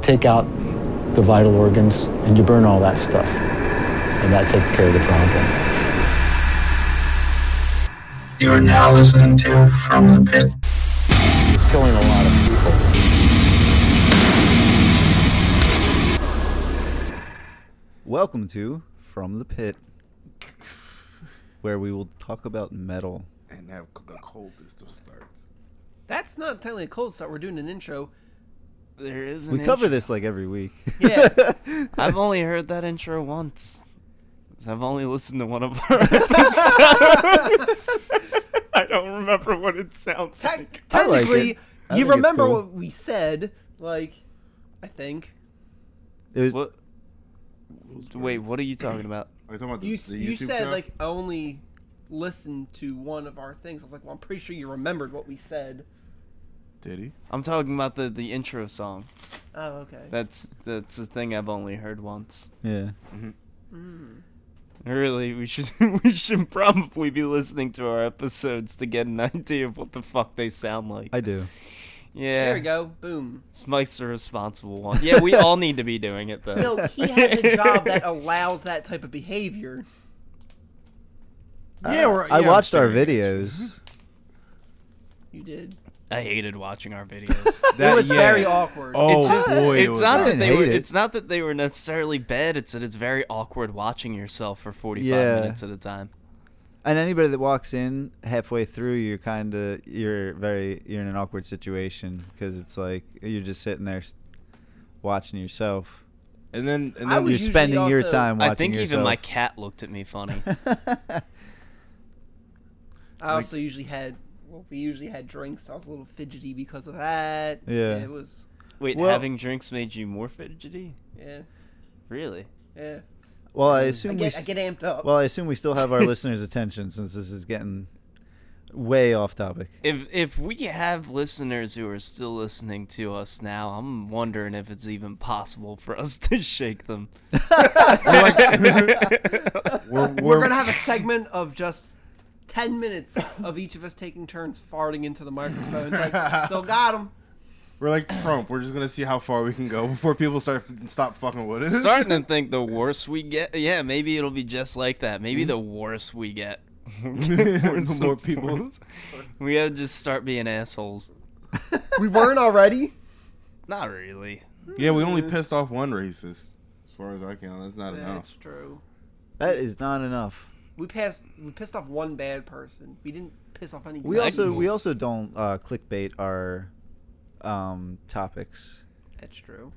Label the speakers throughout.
Speaker 1: take out the vital organs and you burn all that stuff. And that takes care of the problem.
Speaker 2: You are now listening to From the Pit.
Speaker 1: It's killing a lot of people.
Speaker 3: Welcome to From the Pit, where we will talk about metal.
Speaker 4: And now c- the coldest of starts.
Speaker 5: That's not entirely a cold start. We're doing an intro.
Speaker 6: There is. An
Speaker 3: We cover
Speaker 6: intro.
Speaker 3: this like every week.
Speaker 6: Yeah, I've only heard that intro once. 'Cause I've only listened to one of our episodes. I don't remember what it sounds
Speaker 5: Te-
Speaker 6: like.
Speaker 3: I like it.
Speaker 5: technically,
Speaker 3: I think
Speaker 5: you
Speaker 3: it's
Speaker 5: remember
Speaker 3: cool.
Speaker 5: what we said. Like, I think
Speaker 3: It was-
Speaker 6: What? Wait, what are you talking about?
Speaker 4: Are you talking about the,
Speaker 5: you
Speaker 4: the
Speaker 5: you
Speaker 4: YouTube
Speaker 5: said
Speaker 4: show?
Speaker 5: like I only listened to one of our things. I was like, well, I'm pretty sure you remembered what we said.
Speaker 4: Did he?
Speaker 6: I'm talking about the, the intro song.
Speaker 5: Oh, okay.
Speaker 6: That's that's a thing I've only heard once.
Speaker 3: yeah.
Speaker 6: Really, we should we should probably be listening to our episodes to get an idea of what the fuck they sound like.
Speaker 3: I do.
Speaker 6: yeah,
Speaker 5: There we go. Boom.
Speaker 6: It's Mike's the responsible one. Yeah, we all need to be doing it though.
Speaker 5: No, he has a job that allows that type of behavior.
Speaker 4: Yeah, we're,
Speaker 3: I watched our videos.
Speaker 5: You did.
Speaker 6: I hated watching our videos.
Speaker 3: That-
Speaker 5: it was
Speaker 3: Uh, yeah.
Speaker 5: very awkward.
Speaker 4: Oh
Speaker 6: It's just-
Speaker 4: boy, it
Speaker 6: it's
Speaker 4: was
Speaker 6: not
Speaker 3: awkward.
Speaker 6: that they were.
Speaker 3: Hate it.
Speaker 6: It's not that they were necessarily bad. It's that it's very awkward watching yourself for forty-five
Speaker 3: Yeah.
Speaker 6: minutes at a time.
Speaker 3: And anybody that walks in halfway through, you're kind of you're very you're in an awkward situation because it's like you're just sitting there s- watching yourself.
Speaker 4: And then and
Speaker 5: I
Speaker 4: then
Speaker 3: You're
Speaker 5: was usually
Speaker 3: spending your
Speaker 5: also-
Speaker 3: time watching
Speaker 6: I think
Speaker 3: yourself.
Speaker 6: even my cat looked at me funny.
Speaker 5: I also usually had. Well, we usually had drinks. So I was a little fidgety because of that.
Speaker 3: Yeah.
Speaker 5: And it was.
Speaker 6: Wait,
Speaker 3: Well-
Speaker 6: having drinks made you more fidgety?
Speaker 5: Yeah.
Speaker 6: Really?
Speaker 5: Yeah.
Speaker 3: well, I
Speaker 5: I
Speaker 3: assume we
Speaker 5: get, I
Speaker 3: s-
Speaker 5: get amped up.
Speaker 3: well, I assume we still have our listeners' attention since this is getting way off topic.
Speaker 6: If if we have listeners who are still listening to us now, I'm wondering if it's even possible for us to shake them.
Speaker 4: we're, we're,
Speaker 5: We're gonna have a segment of just ten minutes of each of us taking turns farting into the microphone. It's like, still got him.
Speaker 4: we're like Trump. We're just gonna see how far we can go before people start stop fucking with us.
Speaker 6: Starting to think the worse we get, yeah, maybe it'll be just like that. Maybe the worse we get,
Speaker 4: Hmm? the more people.
Speaker 6: we gotta just start being assholes.
Speaker 5: We weren't already.
Speaker 6: Not really.
Speaker 4: Yeah, we only pissed off one racist. As far as I can, that's not
Speaker 5: That's
Speaker 4: enough.
Speaker 5: true.
Speaker 3: That is not enough.
Speaker 5: We passed. We pissed off one bad person. We didn't piss off any.
Speaker 3: We
Speaker 5: good.
Speaker 3: also we also don't uh, clickbait our um, topics.
Speaker 5: That's true.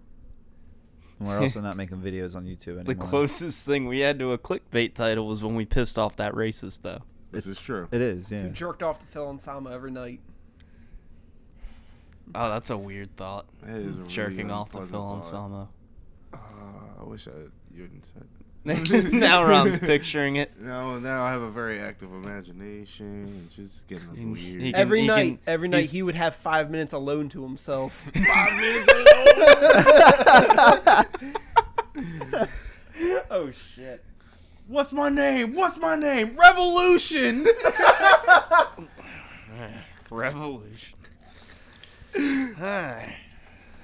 Speaker 3: And we're also not making videos on YouTube anymore.
Speaker 6: The closest thing we had to a clickbait title was when we pissed off that racist, though.
Speaker 4: This is true.
Speaker 3: It is, yeah.
Speaker 5: You jerked off to Phil and Sama every night.
Speaker 6: Oh, that's a weird thought.
Speaker 4: That is a
Speaker 6: Jerking
Speaker 4: really
Speaker 6: off to
Speaker 4: unpleasant
Speaker 6: Phil
Speaker 4: thought.
Speaker 6: Anselmo.
Speaker 4: Uh, I wish I you hadn't said.
Speaker 6: now Ron's picturing it.
Speaker 4: No, now I have a very active imagination. It's just getting a little
Speaker 6: He-
Speaker 4: weird.
Speaker 6: he can-
Speaker 5: Every night,
Speaker 6: can-
Speaker 5: every night
Speaker 6: he's-
Speaker 5: he would have five minutes alone to himself.
Speaker 6: Oh shit.
Speaker 4: What's my name? What's my name? Revolution.
Speaker 6: Revolution. Alright.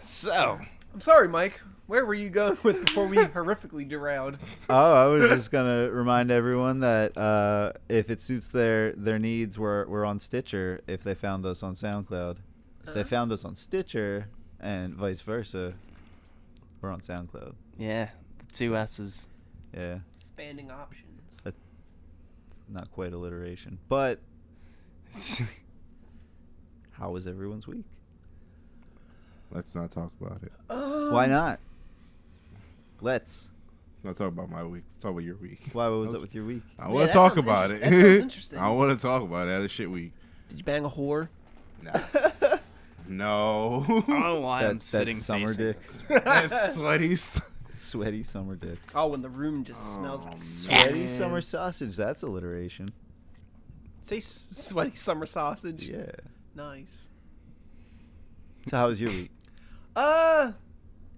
Speaker 6: so,
Speaker 5: I'm sorry, Mike. Where were you going with before we horrifically derailed?
Speaker 3: Oh, I was just gonna remind everyone that uh, if it suits their their needs, we're we're on Stitcher. If they found us on SoundCloud, if they found us on Stitcher, and vice versa, we're on SoundCloud.
Speaker 6: yeah, the two S's.
Speaker 3: Yeah,
Speaker 5: Expanding options.
Speaker 3: it's not quite alliteration, but how was everyone's week?
Speaker 4: Let's not talk about it.
Speaker 3: Why not? Let's.
Speaker 4: Let's not talk about my week. Let's talk about your week.
Speaker 3: Why what was up with your week?
Speaker 4: I
Speaker 5: Yeah,
Speaker 4: want to
Speaker 5: that
Speaker 4: talk
Speaker 5: sounds
Speaker 4: about
Speaker 5: interest-
Speaker 4: it.
Speaker 5: that sounds interesting.
Speaker 4: I want to talk about it. I had a shit week.
Speaker 5: Did you bang a whore?
Speaker 4: Nah. no.
Speaker 6: I don't know why
Speaker 3: That-
Speaker 6: I'm
Speaker 3: that
Speaker 6: sitting
Speaker 3: summer
Speaker 6: facing
Speaker 3: dick,
Speaker 6: this.
Speaker 4: That's sweaty. s-
Speaker 3: sweaty summer dick,
Speaker 5: Oh, when the room just smells
Speaker 4: Oh, man.
Speaker 5: like
Speaker 3: sweaty
Speaker 5: sweaty.
Speaker 3: summer sausage. That's alliteration.
Speaker 5: Say s- sweaty summer sausage.
Speaker 3: Yeah.
Speaker 5: Nice.
Speaker 3: So how was your week?
Speaker 5: Uh,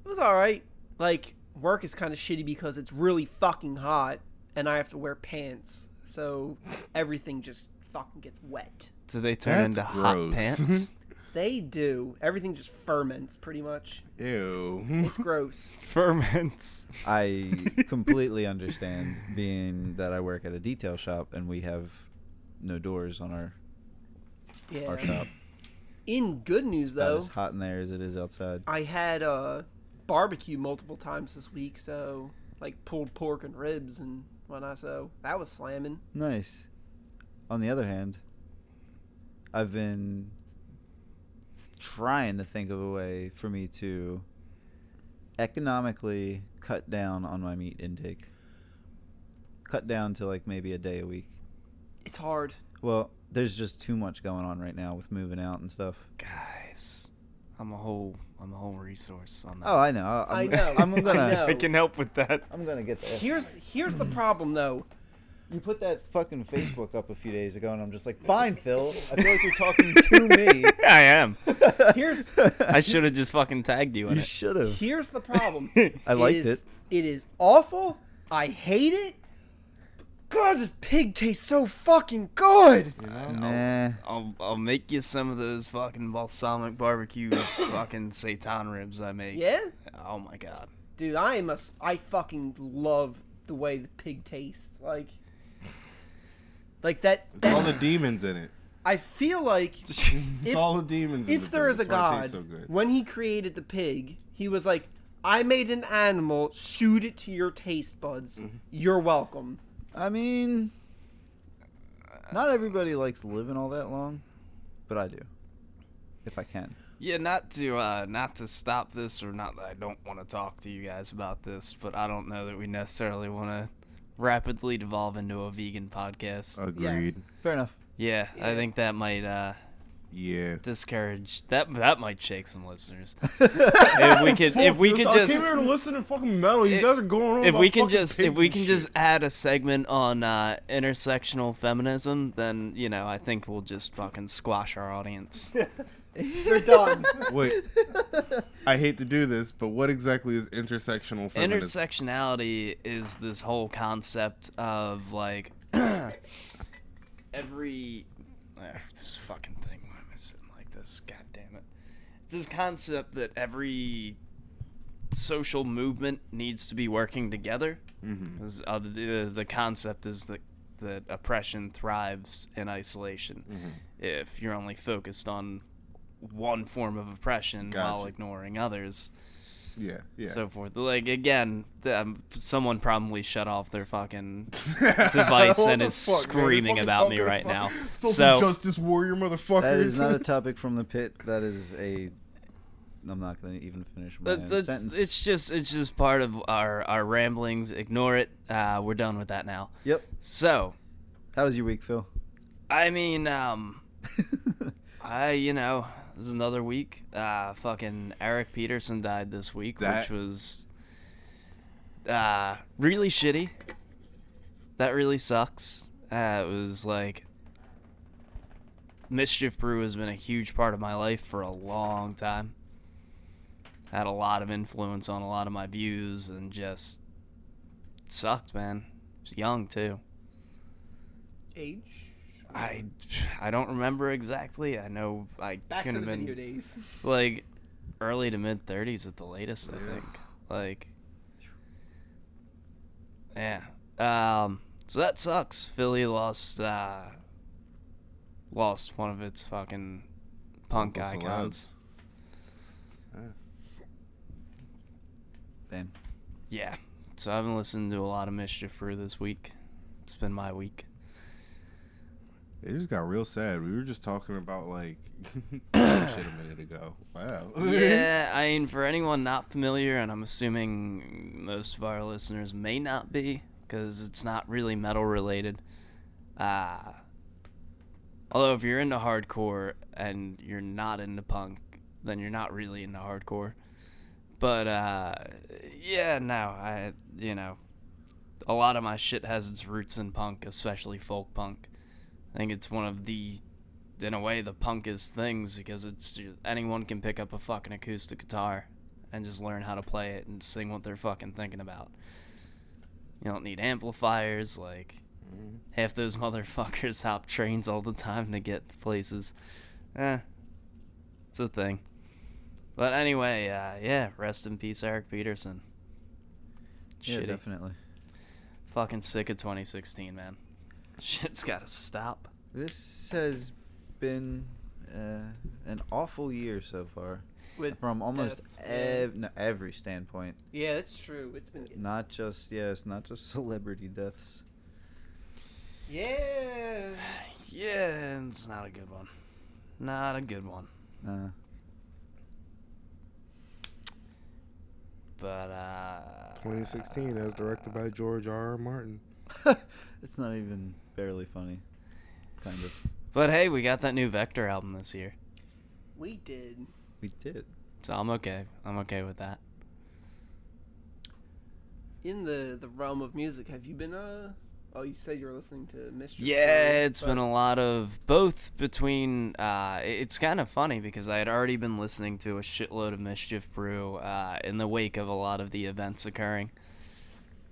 Speaker 5: it was all right. Like work is kind of shitty because it's really fucking hot, and I have to wear pants, so everything just fucking gets wet.
Speaker 6: Do they turn
Speaker 4: That's
Speaker 6: into hot
Speaker 4: gross.
Speaker 6: pants?
Speaker 5: They do. Everything just ferments pretty much.
Speaker 4: Ew.
Speaker 5: It's gross.
Speaker 6: Ferments.
Speaker 3: I completely understand, being that I work at a detail shop and we have no doors on our,
Speaker 5: Yeah.
Speaker 3: our shop.
Speaker 5: In good news
Speaker 3: Not
Speaker 5: though,
Speaker 3: as hot in there as it is outside.
Speaker 5: I had uh, barbecue multiple times this week, so like pulled pork and ribs and whatnot. So that was slamming.
Speaker 3: Nice. On the other hand, I've been trying to think of a way for me to economically cut down on my meat intake. Cut down to like maybe a day a week.
Speaker 5: It's hard.
Speaker 3: Well, there's just too much going on right now with moving out and stuff.
Speaker 6: Guys, I'm a whole I'm a whole resource on that.
Speaker 3: Oh, I know. I,
Speaker 5: I
Speaker 3: I'm,
Speaker 5: know.
Speaker 3: I'm gonna.
Speaker 5: I know.
Speaker 6: I can help with that.
Speaker 3: I'm gonna get there.
Speaker 5: Here's here's the problem though.
Speaker 3: You put that fucking Facebook up a few days ago, and I'm just like, fine, Phil. I feel like you're talking to me.
Speaker 6: I am.
Speaker 5: Here's
Speaker 6: I should have just fucking tagged you in
Speaker 3: You
Speaker 6: it.
Speaker 3: should have.
Speaker 5: here's the problem.
Speaker 3: I liked
Speaker 5: is-
Speaker 3: it.
Speaker 5: It is awful. I hate it. God, this pig tastes so fucking good.
Speaker 3: Nah.
Speaker 6: I'll I'll make you some of those fucking balsamic barbecue fucking seitan ribs I make.
Speaker 5: Yeah,
Speaker 6: Oh my god.
Speaker 5: dude, I am a. s- I fucking love the way the pig tastes. Like, like that.
Speaker 4: It's all the demons in it.
Speaker 5: I feel like
Speaker 4: It's all the demons. in
Speaker 5: if
Speaker 4: the
Speaker 5: there
Speaker 4: pig.
Speaker 5: is a
Speaker 4: That's why it
Speaker 5: god,
Speaker 4: tastes so good.
Speaker 5: when he created the pig, he was like, "I made an animal suited to your taste buds.
Speaker 4: Mm-hmm.
Speaker 5: You're welcome."
Speaker 3: I mean, not everybody likes living all that long, but I do. If I can.
Speaker 6: Yeah, not to uh not to stop this or not that I don't want to talk to you guys about this, but I don't know that we necessarily want to rapidly devolve into a vegan
Speaker 7: Uh,
Speaker 6: podcast.
Speaker 4: Agreed.
Speaker 3: Fair enough.
Speaker 6: yeah, I think that might uh
Speaker 4: Yeah.
Speaker 6: discourage that that might shake some listeners. if we could if we could
Speaker 4: I
Speaker 6: just
Speaker 4: came here to listen to fucking metal. You
Speaker 6: If-
Speaker 4: guys are going on.
Speaker 6: if
Speaker 4: about
Speaker 6: we can
Speaker 4: fucking
Speaker 6: just
Speaker 4: pigs
Speaker 6: if we
Speaker 4: and
Speaker 6: can
Speaker 4: shit.
Speaker 6: just add a segment on uh, intersectional feminism, then you know I think we'll just fucking squash our audience.
Speaker 5: You're done.
Speaker 4: wait. I hate to do this, but what exactly is intersectional feminism?
Speaker 6: Intersectionality is this whole concept of like every uh, this fucking thing. Why am I sitting like this? God damn it! It's this concept that every social movement needs to be working together. Is, uh, the, the concept is that that oppression thrives in isolation. If you're only focused on one form of oppression while
Speaker 4: Gotcha.
Speaker 6: ignoring others,
Speaker 4: yeah, yeah.
Speaker 6: so forth. Like again, th- um, someone probably shut off their fucking device
Speaker 4: What
Speaker 6: and
Speaker 4: the
Speaker 6: is
Speaker 4: fuck, man? They're
Speaker 6: screaming
Speaker 4: fucking
Speaker 6: about me
Speaker 4: talking
Speaker 6: right now.
Speaker 4: about social
Speaker 6: So
Speaker 4: justice warrior motherfuckers.
Speaker 3: That is not a topic from the pit. That is a. I'm not gonna even finish my
Speaker 6: that-
Speaker 3: own
Speaker 6: that's-
Speaker 3: sentence.
Speaker 6: it's just it's just part of our our ramblings. Ignore it. Uh, we're done with that now.
Speaker 3: Yep.
Speaker 6: So
Speaker 3: How was your week, Phil?
Speaker 6: I mean, um, I you know this is another week. Uh, fucking Eric Peterson died this week,
Speaker 4: That-
Speaker 6: which was uh really shitty. That really sucks. Uh, it was like Mischief Brew has been a huge part of my life for a long time. Had a lot of influence on a lot of my views and just sucked, man. Was young too.
Speaker 5: Age.
Speaker 6: I I don't remember exactly. I know I
Speaker 5: Back to
Speaker 6: couldn't
Speaker 5: the
Speaker 6: have
Speaker 5: video
Speaker 6: been
Speaker 5: days.
Speaker 6: like early to mid thirties at the latest. I think like yeah. Um. So that sucks. Philly lost uh lost one of its fucking punk
Speaker 4: Local celebs.
Speaker 6: icons.
Speaker 3: Damn.
Speaker 6: Yeah. So I haven't listened to a lot of Mischief Brew this week. It's been my week.
Speaker 4: It just got real sad. We were just talking about like shit a minute ago. Wow.
Speaker 7: Mm-hmm.
Speaker 6: yeah, I mean, for anyone not familiar, and I'm assuming most of our listeners may not be, because it's not really metal related. Uh, although, if you're into hardcore and you're not into punk, then you're not really into hardcore. But, uh, yeah, no, I, you know, a lot of my shit has its roots in punk, especially folk punk. I think it's one of the in a way the punkest things because it's ju- anyone can pick up a fucking acoustic guitar and just learn how to play it and sing what they're fucking thinking about. You don't need amplifiers, like half those motherfuckers hop trains all the time to get to places. Eh. It's a thing. But anyway, uh, yeah, rest in peace, Eric Peterson.
Speaker 3: Yeah,
Speaker 6: Shitty.
Speaker 3: definitely.
Speaker 6: Fucking sick of 2016, man. Shit's gotta stop.
Speaker 3: This has been uh, an awful year so far,
Speaker 5: With
Speaker 3: from almost
Speaker 5: deaths, yeah.
Speaker 3: ev- no, every standpoint.
Speaker 5: Yeah, that's true. It's been
Speaker 3: Not just yes, not just celebrity deaths.
Speaker 5: yeah.
Speaker 6: Yeah, it's not a good one. Not a good one.
Speaker 3: Uh,
Speaker 6: But uh
Speaker 7: 2016, as directed by George R. R. Martin.
Speaker 3: it's not even barely funny. Kind of.
Speaker 6: But hey, we got that new Vector album this year.
Speaker 5: We did.
Speaker 3: We did.
Speaker 6: So I'm okay. I'm okay with that.
Speaker 5: In the the realm of music, have you been uh oh you said you were listening to Mystery
Speaker 6: Yeah, it's
Speaker 5: but-
Speaker 6: been a lot of both between. Uh, i- it's kind of funny because I had already been listening to a shitload of Mischief Brew uh, in the wake of a lot of the events occurring.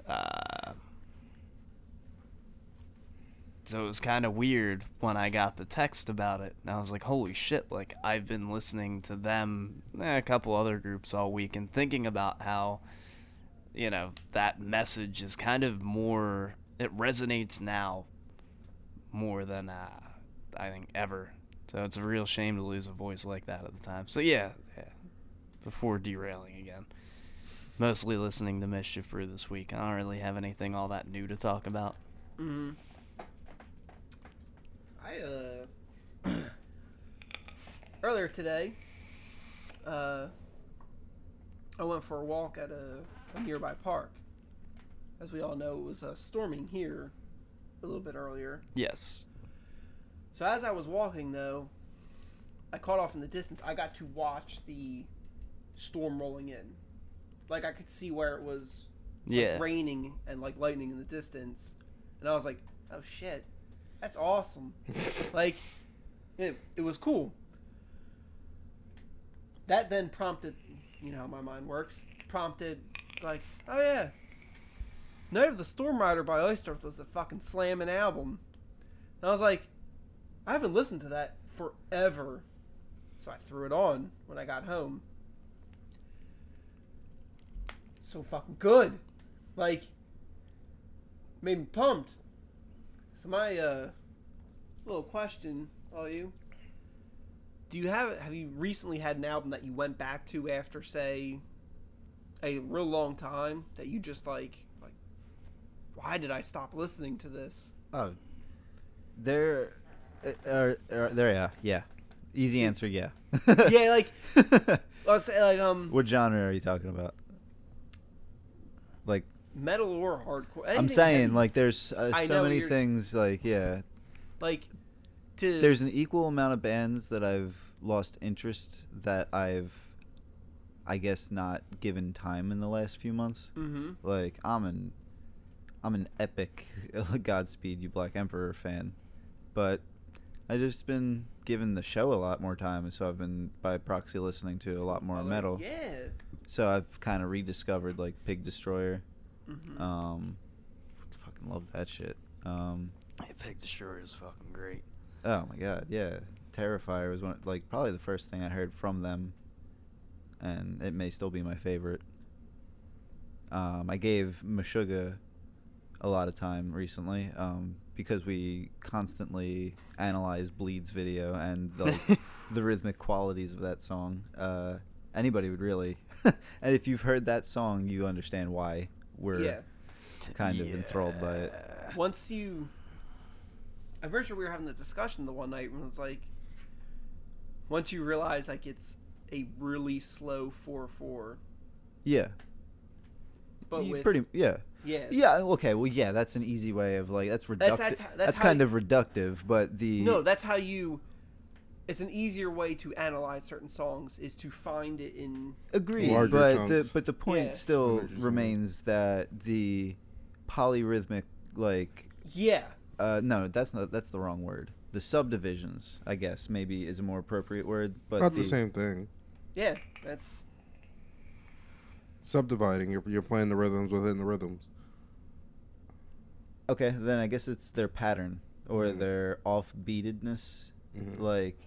Speaker 6: Uh, so it was kind of weird when I got the text about it, and I was like, "Holy shit!" Like I've been listening to them, eh, a couple other groups all week, and thinking about how you know that message is kind of more it resonates now more than uh, I think ever. So it's a real shame to lose a voice like that at the time. So yeah, yeah. Before derailing again, mostly listening to Mischief Brew this week. I don't really have anything all that new to talk about.
Speaker 5: Mhm. I uh earlier today uh I went for a walk at a, a nearby park. As we all know, it was uh, storming here a little bit earlier.
Speaker 6: Yes.
Speaker 5: So as I was walking though, I caught off in the distance. I got to watch the storm rolling in. Like I could see where it was like,
Speaker 6: Yeah.
Speaker 5: raining and like lightning in the distance. And I was like, oh shit, that's awesome. like, it, it was cool. That then prompted, you know how my mind works, prompted, it's like, oh yeah, Night of the Storm Rider by Oysters was a fucking slamming album. And I was like, I haven't listened to that forever. So I threw it on when I got home. So fucking good like made me pumped. So my uh, little question, all you, do you have have you recently had an album that you went back to after say a real long time that you just like like why did I stop listening to this?
Speaker 3: Oh, there, uh, are, are, there. Yeah, yeah. Easy answer. Yeah.
Speaker 5: yeah, like let's say like um
Speaker 3: what genre are you talking about? Like
Speaker 5: metal or hardcore.
Speaker 3: I'm
Speaker 5: anything
Speaker 3: saying,
Speaker 5: heavy,
Speaker 3: like there's uh,
Speaker 5: I know
Speaker 3: so many
Speaker 5: you're-
Speaker 3: things. Like yeah,
Speaker 5: like to
Speaker 3: there's an equal amount of bands that I've lost interest that I've, I guess, not given time in the last few months.
Speaker 5: hmm
Speaker 3: Like I'm an, I'm an epic Godspeed You Black Emperor fan, but I just been giving the show a lot more time, and so I've been by proxy listening to a lot more metal.
Speaker 5: Yeah.
Speaker 3: So I've kind of rediscovered like Pig Destroyer.
Speaker 5: Mhm.
Speaker 3: Um, fucking love that shit. Um,
Speaker 6: I picked sure is fucking great.
Speaker 3: Oh my god, yeah. Terrifier was one like probably the first thing I heard from them and it may still be my favorite. Um, I gave Meshuggah a lot of time recently um, because we constantly analyze Bleed's video and the, the rhythmic qualities of that song. Uh, anybody would really, and if you've heard that song, you understand why we're
Speaker 5: Yeah.
Speaker 3: kind of enthralled by it.
Speaker 5: once you i'm pretty sure we were having the discussion the one night when it was like once you realize like it's a really slow 4-4
Speaker 3: Yeah,
Speaker 5: but
Speaker 3: You
Speaker 5: with
Speaker 3: pretty yeah.
Speaker 5: yeah
Speaker 3: Yeah. Okay. Well, yeah. That's an easy way of like that's reductive. That's,
Speaker 5: that's how- that's how
Speaker 3: kind
Speaker 5: you-
Speaker 3: of reductive, but the
Speaker 5: no that's how you it's an easier way to analyze certain songs is to find it in
Speaker 3: agreed.
Speaker 7: Larger
Speaker 3: But the
Speaker 7: chunks.
Speaker 3: but the point
Speaker 5: Yeah.
Speaker 3: still
Speaker 7: Larger chunks.
Speaker 3: remains that the polyrhythmic like
Speaker 5: yeah
Speaker 3: uh no that's not that's the wrong word. The subdivisions, I guess, maybe is a more appropriate word. But
Speaker 7: Not the same thing.
Speaker 5: yeah that's
Speaker 7: Subdividing. You're, you're playing the rhythms within the rhythms.
Speaker 3: Okay, then I guess it's their pattern or
Speaker 7: Mhm.
Speaker 3: their off beatedness.
Speaker 7: Mhm.
Speaker 3: Like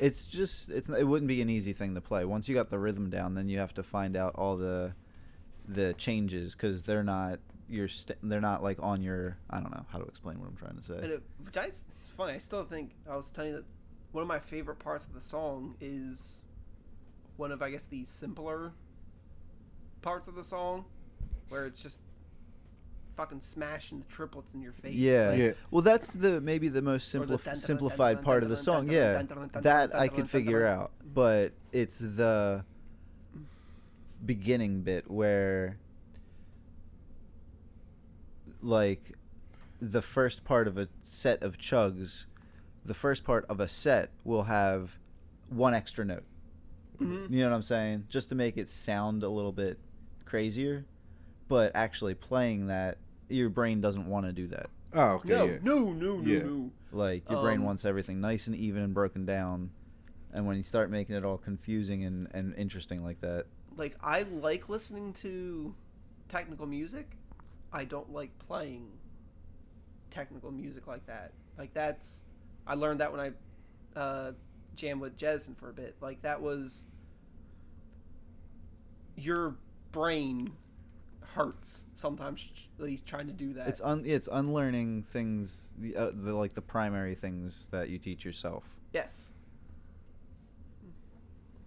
Speaker 3: it's just it's it wouldn't be an easy thing to play. Once you got the rhythm down, then you have to find out all the the changes because they're not your st- they're not like on your I don't know how to explain what I'm trying to say.
Speaker 5: And it, which I, it's funny. I still think I was telling you that one of my favorite parts of the song is one of I guess the simpler parts of the song, where it's just fucking smashing the triplets in your face.
Speaker 3: Yeah.
Speaker 5: Like,
Speaker 7: Yeah.
Speaker 3: Well, that's the maybe the most
Speaker 5: Or the
Speaker 3: simplif-
Speaker 5: dun- dun-
Speaker 3: simplified
Speaker 5: dun-
Speaker 3: part of
Speaker 5: dun-
Speaker 3: the
Speaker 5: dun-
Speaker 3: song.
Speaker 5: dun-
Speaker 3: Yeah,
Speaker 5: dun- dun- dun- dun-
Speaker 3: that
Speaker 5: dun-
Speaker 3: I
Speaker 5: dun-
Speaker 3: could
Speaker 5: dun-
Speaker 3: figure
Speaker 5: dun-
Speaker 3: out, but it's the beginning bit where, like, the first part of a set of chugs, the first part of a set will have one extra note.
Speaker 5: Mhm.
Speaker 3: You know what I'm saying? Just to make it sound a little bit crazier, but actually playing that, your brain doesn't want to do that.
Speaker 7: Oh, okay.
Speaker 5: No,
Speaker 7: yeah.
Speaker 5: no, no, no,
Speaker 7: Yeah.
Speaker 5: no.
Speaker 3: Like your brain
Speaker 5: Um,
Speaker 3: wants everything nice and even and broken down, and when you start making it all confusing and, and interesting like that,
Speaker 5: Like I like listening to technical music. I don't like playing technical music like that. Like that's I learned that when I uh, jammed with Jettison for a bit. Like that was your brain hurts sometimes like, trying to do that.
Speaker 3: it's un it's unlearning things the, uh, the like the primary things that you teach yourself.
Speaker 5: yes.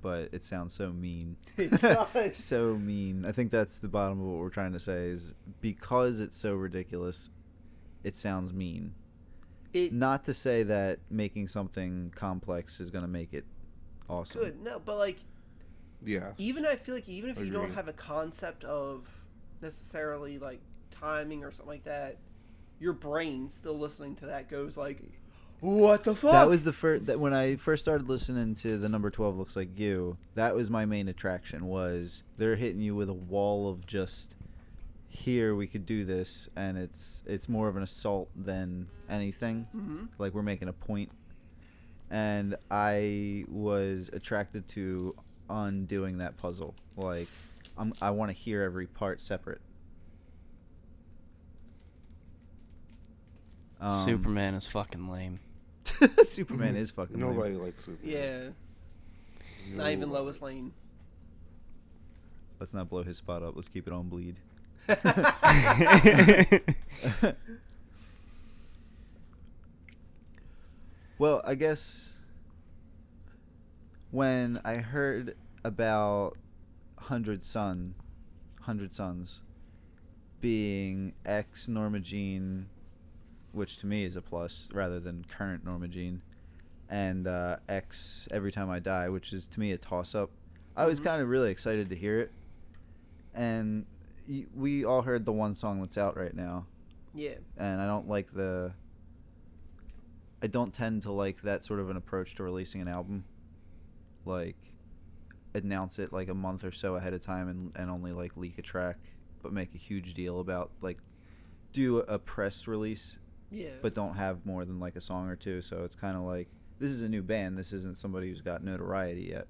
Speaker 3: But it sounds so mean.
Speaker 5: It does.
Speaker 3: so mean. I think that's the bottom of what we're trying to say is because it's so ridiculous, it sounds mean.
Speaker 5: It
Speaker 3: Not to say that making something complex is going to make it awesome.
Speaker 5: good. No, but like
Speaker 7: Yeah.
Speaker 5: even I feel like even if you don't
Speaker 7: Agreed.
Speaker 5: have a concept of necessarily like timing or something like that, your brain still listening to that goes like, "What the fuck?"
Speaker 3: That was the first that when I first started listening to the number twelve looks like you. That was my main attraction. Was they're hitting you with a wall of just here we could do this, and it's it's more of an assault than anything.
Speaker 5: Mhm.
Speaker 3: Like we're making a point, and I was attracted to undoing that puzzle. Like I'm, I want to hear every part separate. Um,
Speaker 6: Superman is fucking lame.
Speaker 3: Superman is fucking. lame.
Speaker 7: Nobody likes Superman.
Speaker 5: yeah, not even Lois Lane.
Speaker 3: Let's not blow his spot up. Let's keep it on bleed. well, I guess when I heard about Hundred Sun, Hundred Sons being ex Norma Jean, which to me is a plus rather than current Norma Jean, and uh, ex Every Time I Die, which is to me a toss up. I was
Speaker 5: Mhm.
Speaker 3: kind of really excited to hear it, and y- we all heard the one song that's out right now,
Speaker 5: Yeah,
Speaker 3: and I don't like the. I don't tend to like that sort of an approach to releasing an album, like announce it like a month or so ahead of time and, and only like leak a track, but make a huge deal about like do a press release
Speaker 5: yeah.
Speaker 3: but don't have more than like a song or two. So it's kind of like this is a new band. This isn't somebody who's got notoriety yet.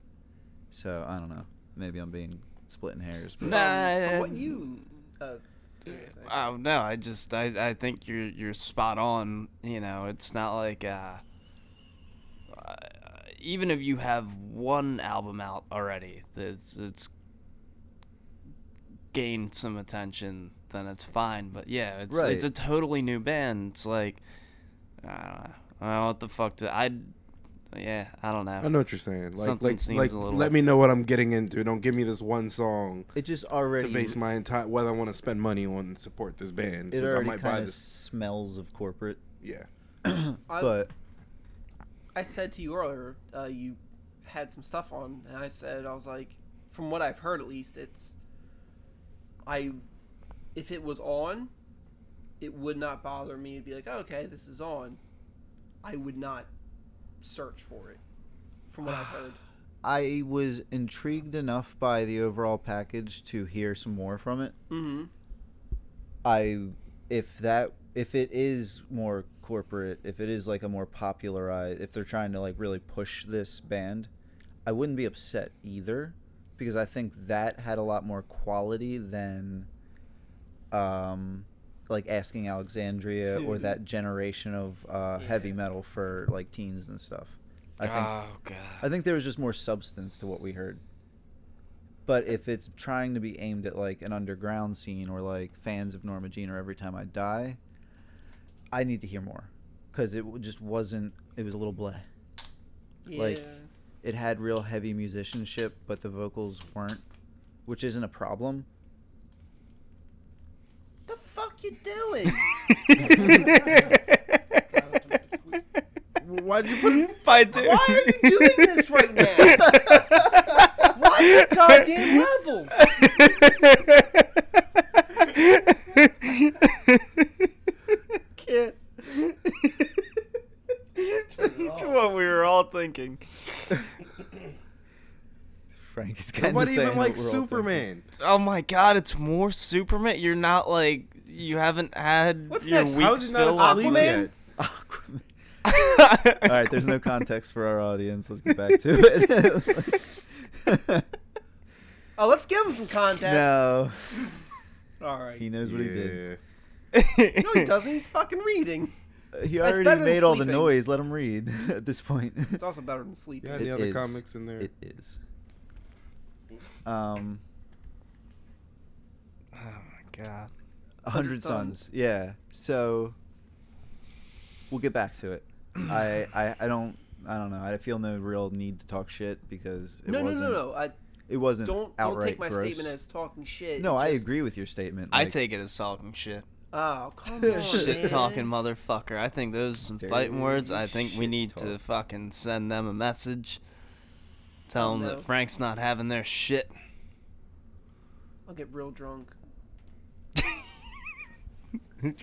Speaker 3: So I don't know. Maybe I'm being splitting hairs. But
Speaker 5: from,
Speaker 6: Nah,
Speaker 5: from what
Speaker 6: uh,
Speaker 5: you. Uh,
Speaker 6: Oh no, I just I, I think you're you're spot on. You know, it's not like uh, uh, even if you have one album out already, it's it's gained some attention, then it's fine. But yeah, it's it's a
Speaker 3: Right.
Speaker 6: totally new band. It's like I don't know, I don't know what the fuck to I. Yeah, I don't know.
Speaker 7: I know what you're saying. Like,
Speaker 6: Something
Speaker 7: like,
Speaker 6: seems
Speaker 7: like
Speaker 6: a little-
Speaker 7: let me know what I'm getting into. Don't give me this one song
Speaker 3: it just
Speaker 7: to
Speaker 3: already
Speaker 7: base my entire whether I want to spend money on and support this band.
Speaker 3: it
Speaker 7: 'cause I
Speaker 3: already
Speaker 7: might buy
Speaker 3: kind of
Speaker 7: this.
Speaker 3: smells of corporate.
Speaker 7: Yeah.
Speaker 5: I,
Speaker 3: But
Speaker 5: I said to you earlier, uh, you had some stuff on, and I said I was like, from what I've heard at least, it's I if it was on, it would not bother me. It'd be like, oh, okay, this is on. I would not search for it. From what I've heard,
Speaker 3: I was intrigued enough by the overall package to hear some more from it.
Speaker 5: mm-hmm.
Speaker 3: I if that if it is more corporate, if it is like a more popularized, if they're trying to like really push this band, I wouldn't be upset either because I think that had a lot more quality than um like asking Alexandria or that generation of uh, heavy
Speaker 5: Yeah.
Speaker 3: metal for like teens and stuff. I think
Speaker 6: oh god.
Speaker 3: I think there was just more substance to what we heard. But if it's trying to be aimed at like an underground scene or like fans of Norma Jean or Every Time I Die, I need to hear more because it w- just wasn't. It was a little bleh.
Speaker 5: Yeah.
Speaker 3: Like- It had real heavy musicianship, but the vocals weren't, which isn't a problem.
Speaker 5: the fuck you doing?
Speaker 7: Why'd you put it?
Speaker 6: Bye, dude.
Speaker 5: Why are you doing this right now? What's the goddamn levels?
Speaker 6: Can't. That's what we were all thinking.
Speaker 3: Frank is kind of
Speaker 7: Nobody even likes Superman.
Speaker 6: Oh my god, it's more Superman. You're not like you haven't had
Speaker 5: What's
Speaker 6: your
Speaker 5: next?
Speaker 6: week's
Speaker 7: How is he not
Speaker 6: fill
Speaker 7: asleep
Speaker 6: of-
Speaker 7: yet?
Speaker 3: All right, there's no context for our audience. Let's get back to it.
Speaker 5: Oh, let's give him some context.
Speaker 3: no,
Speaker 5: All right.
Speaker 3: he knows what he did.
Speaker 7: Yeah.
Speaker 5: no, he doesn't. He's fucking reading.
Speaker 3: He
Speaker 5: That's
Speaker 3: already
Speaker 5: better than
Speaker 3: made all the
Speaker 5: sleeping.
Speaker 3: noise. Let him read at this point.
Speaker 5: It's also better than sleeping.
Speaker 7: Yeah, any
Speaker 3: It
Speaker 7: other
Speaker 3: is.
Speaker 7: comics in there?
Speaker 3: It is. Um,
Speaker 6: Oh my god.
Speaker 3: A Hundred Sons. Yeah. So we'll get back to it. I, I I don't I don't know. I feel no real need to talk shit because it
Speaker 5: No, no,
Speaker 3: wasn't,
Speaker 5: no, no. I
Speaker 3: It wasn't
Speaker 5: don't don't
Speaker 3: outright
Speaker 5: take my
Speaker 3: gross.
Speaker 5: statement as talking shit.
Speaker 3: No,
Speaker 5: It
Speaker 3: I
Speaker 5: just-
Speaker 3: agree with your statement.
Speaker 6: I
Speaker 3: like,
Speaker 6: take it as talking shit.
Speaker 5: Oh, come on,
Speaker 6: Shit
Speaker 5: man.
Speaker 6: talking motherfucker. I think those are some fighting words. I think we
Speaker 3: shit
Speaker 6: need to
Speaker 3: talk.
Speaker 6: fucking send them a message.
Speaker 5: Oh,
Speaker 6: Tell them
Speaker 5: no.
Speaker 6: that Frank's not having their shit.
Speaker 5: I'll get real drunk.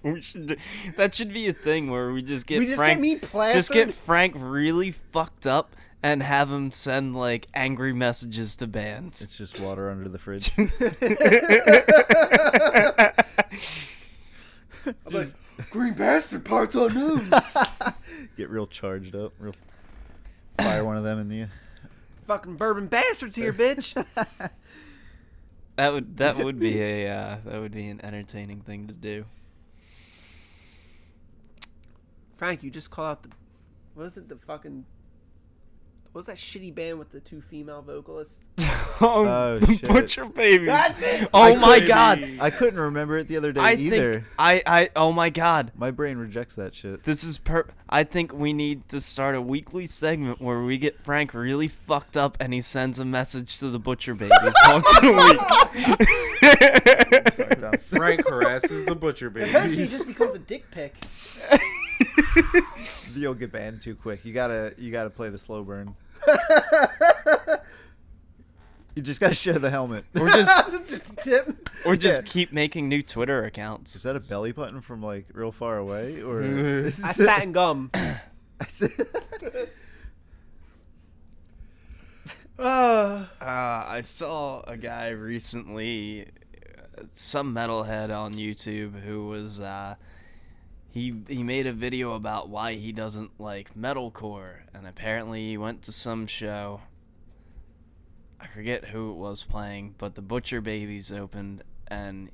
Speaker 6: we should do, that should be a thing where we just get
Speaker 5: we just
Speaker 6: Frank
Speaker 5: get me plastered.
Speaker 6: just get Frank really fucked up and have him send like angry messages to bands.
Speaker 3: It's just water under the fridge.
Speaker 7: Green bastard parts unknown.
Speaker 3: get real charged up. Real fire one of them in the.
Speaker 5: fucking bourbon bastards here, bitch.
Speaker 6: That would that would be a uh, that would be an entertaining thing to do.
Speaker 5: Frank, you just call out the what is it? The fucking what was that shitty band with the two female vocalists?
Speaker 3: Oh, shit.
Speaker 6: Butcher baby.
Speaker 5: That's it.
Speaker 6: Oh
Speaker 3: I
Speaker 6: my
Speaker 3: couldn't-
Speaker 6: god.
Speaker 3: I couldn't remember it the other day
Speaker 6: I
Speaker 3: either.
Speaker 6: think I I oh my god.
Speaker 3: My brain rejects that shit.
Speaker 6: This is per. I think we need to start a weekly segment where we get Frank really fucked up and he sends a message to the butcher babies once a week.
Speaker 7: Frank harasses the butcher
Speaker 5: Eventually, he
Speaker 7: babies.
Speaker 5: just becomes a dick pic.
Speaker 3: You'll get banned too quick. You gotta you gotta play the slow burn. you just gotta share the helmet.
Speaker 6: or just
Speaker 5: That's just a tip.
Speaker 6: or just keep making new Twitter accounts.
Speaker 3: Is that a belly button from like real far away or
Speaker 5: I sat in gum.
Speaker 6: Uh, I saw a guy recently, uh, some metalhead on YouTube who was uh, he he made a video about why he doesn't like metalcore, and apparently he went to some show. I forget who it was playing, but the Butcher Babies opened, and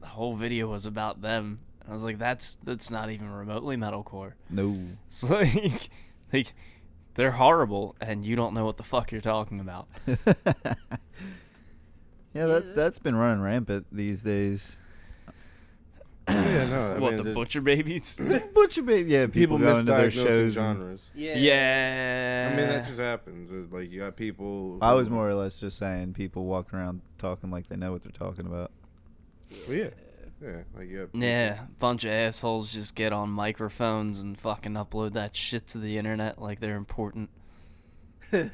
Speaker 6: the whole video was about them. And I was like, that's that's not even remotely metalcore.
Speaker 3: No.
Speaker 6: It's like, like they're horrible, and you don't know what the fuck you're talking about.
Speaker 3: yeah, that's that's been running rampant these days.
Speaker 7: yeah, no. I
Speaker 6: What
Speaker 7: mean,
Speaker 6: the
Speaker 7: the-
Speaker 6: butcher babies?
Speaker 3: Butcher baby, yeah, people,
Speaker 7: People
Speaker 3: go into their
Speaker 7: misdiagnosing
Speaker 3: shows. and-
Speaker 7: genres.
Speaker 5: Yeah.
Speaker 6: yeah.
Speaker 7: I mean, that just happens. It's like you got people.
Speaker 3: I was
Speaker 7: who-
Speaker 3: more or less just saying people walking around talking like they know what they're talking about.
Speaker 7: Well, yeah, yeah. Like you got people-
Speaker 6: Yeah, bunch of assholes just get on microphones and fucking upload that shit to the internet like they're important.
Speaker 5: I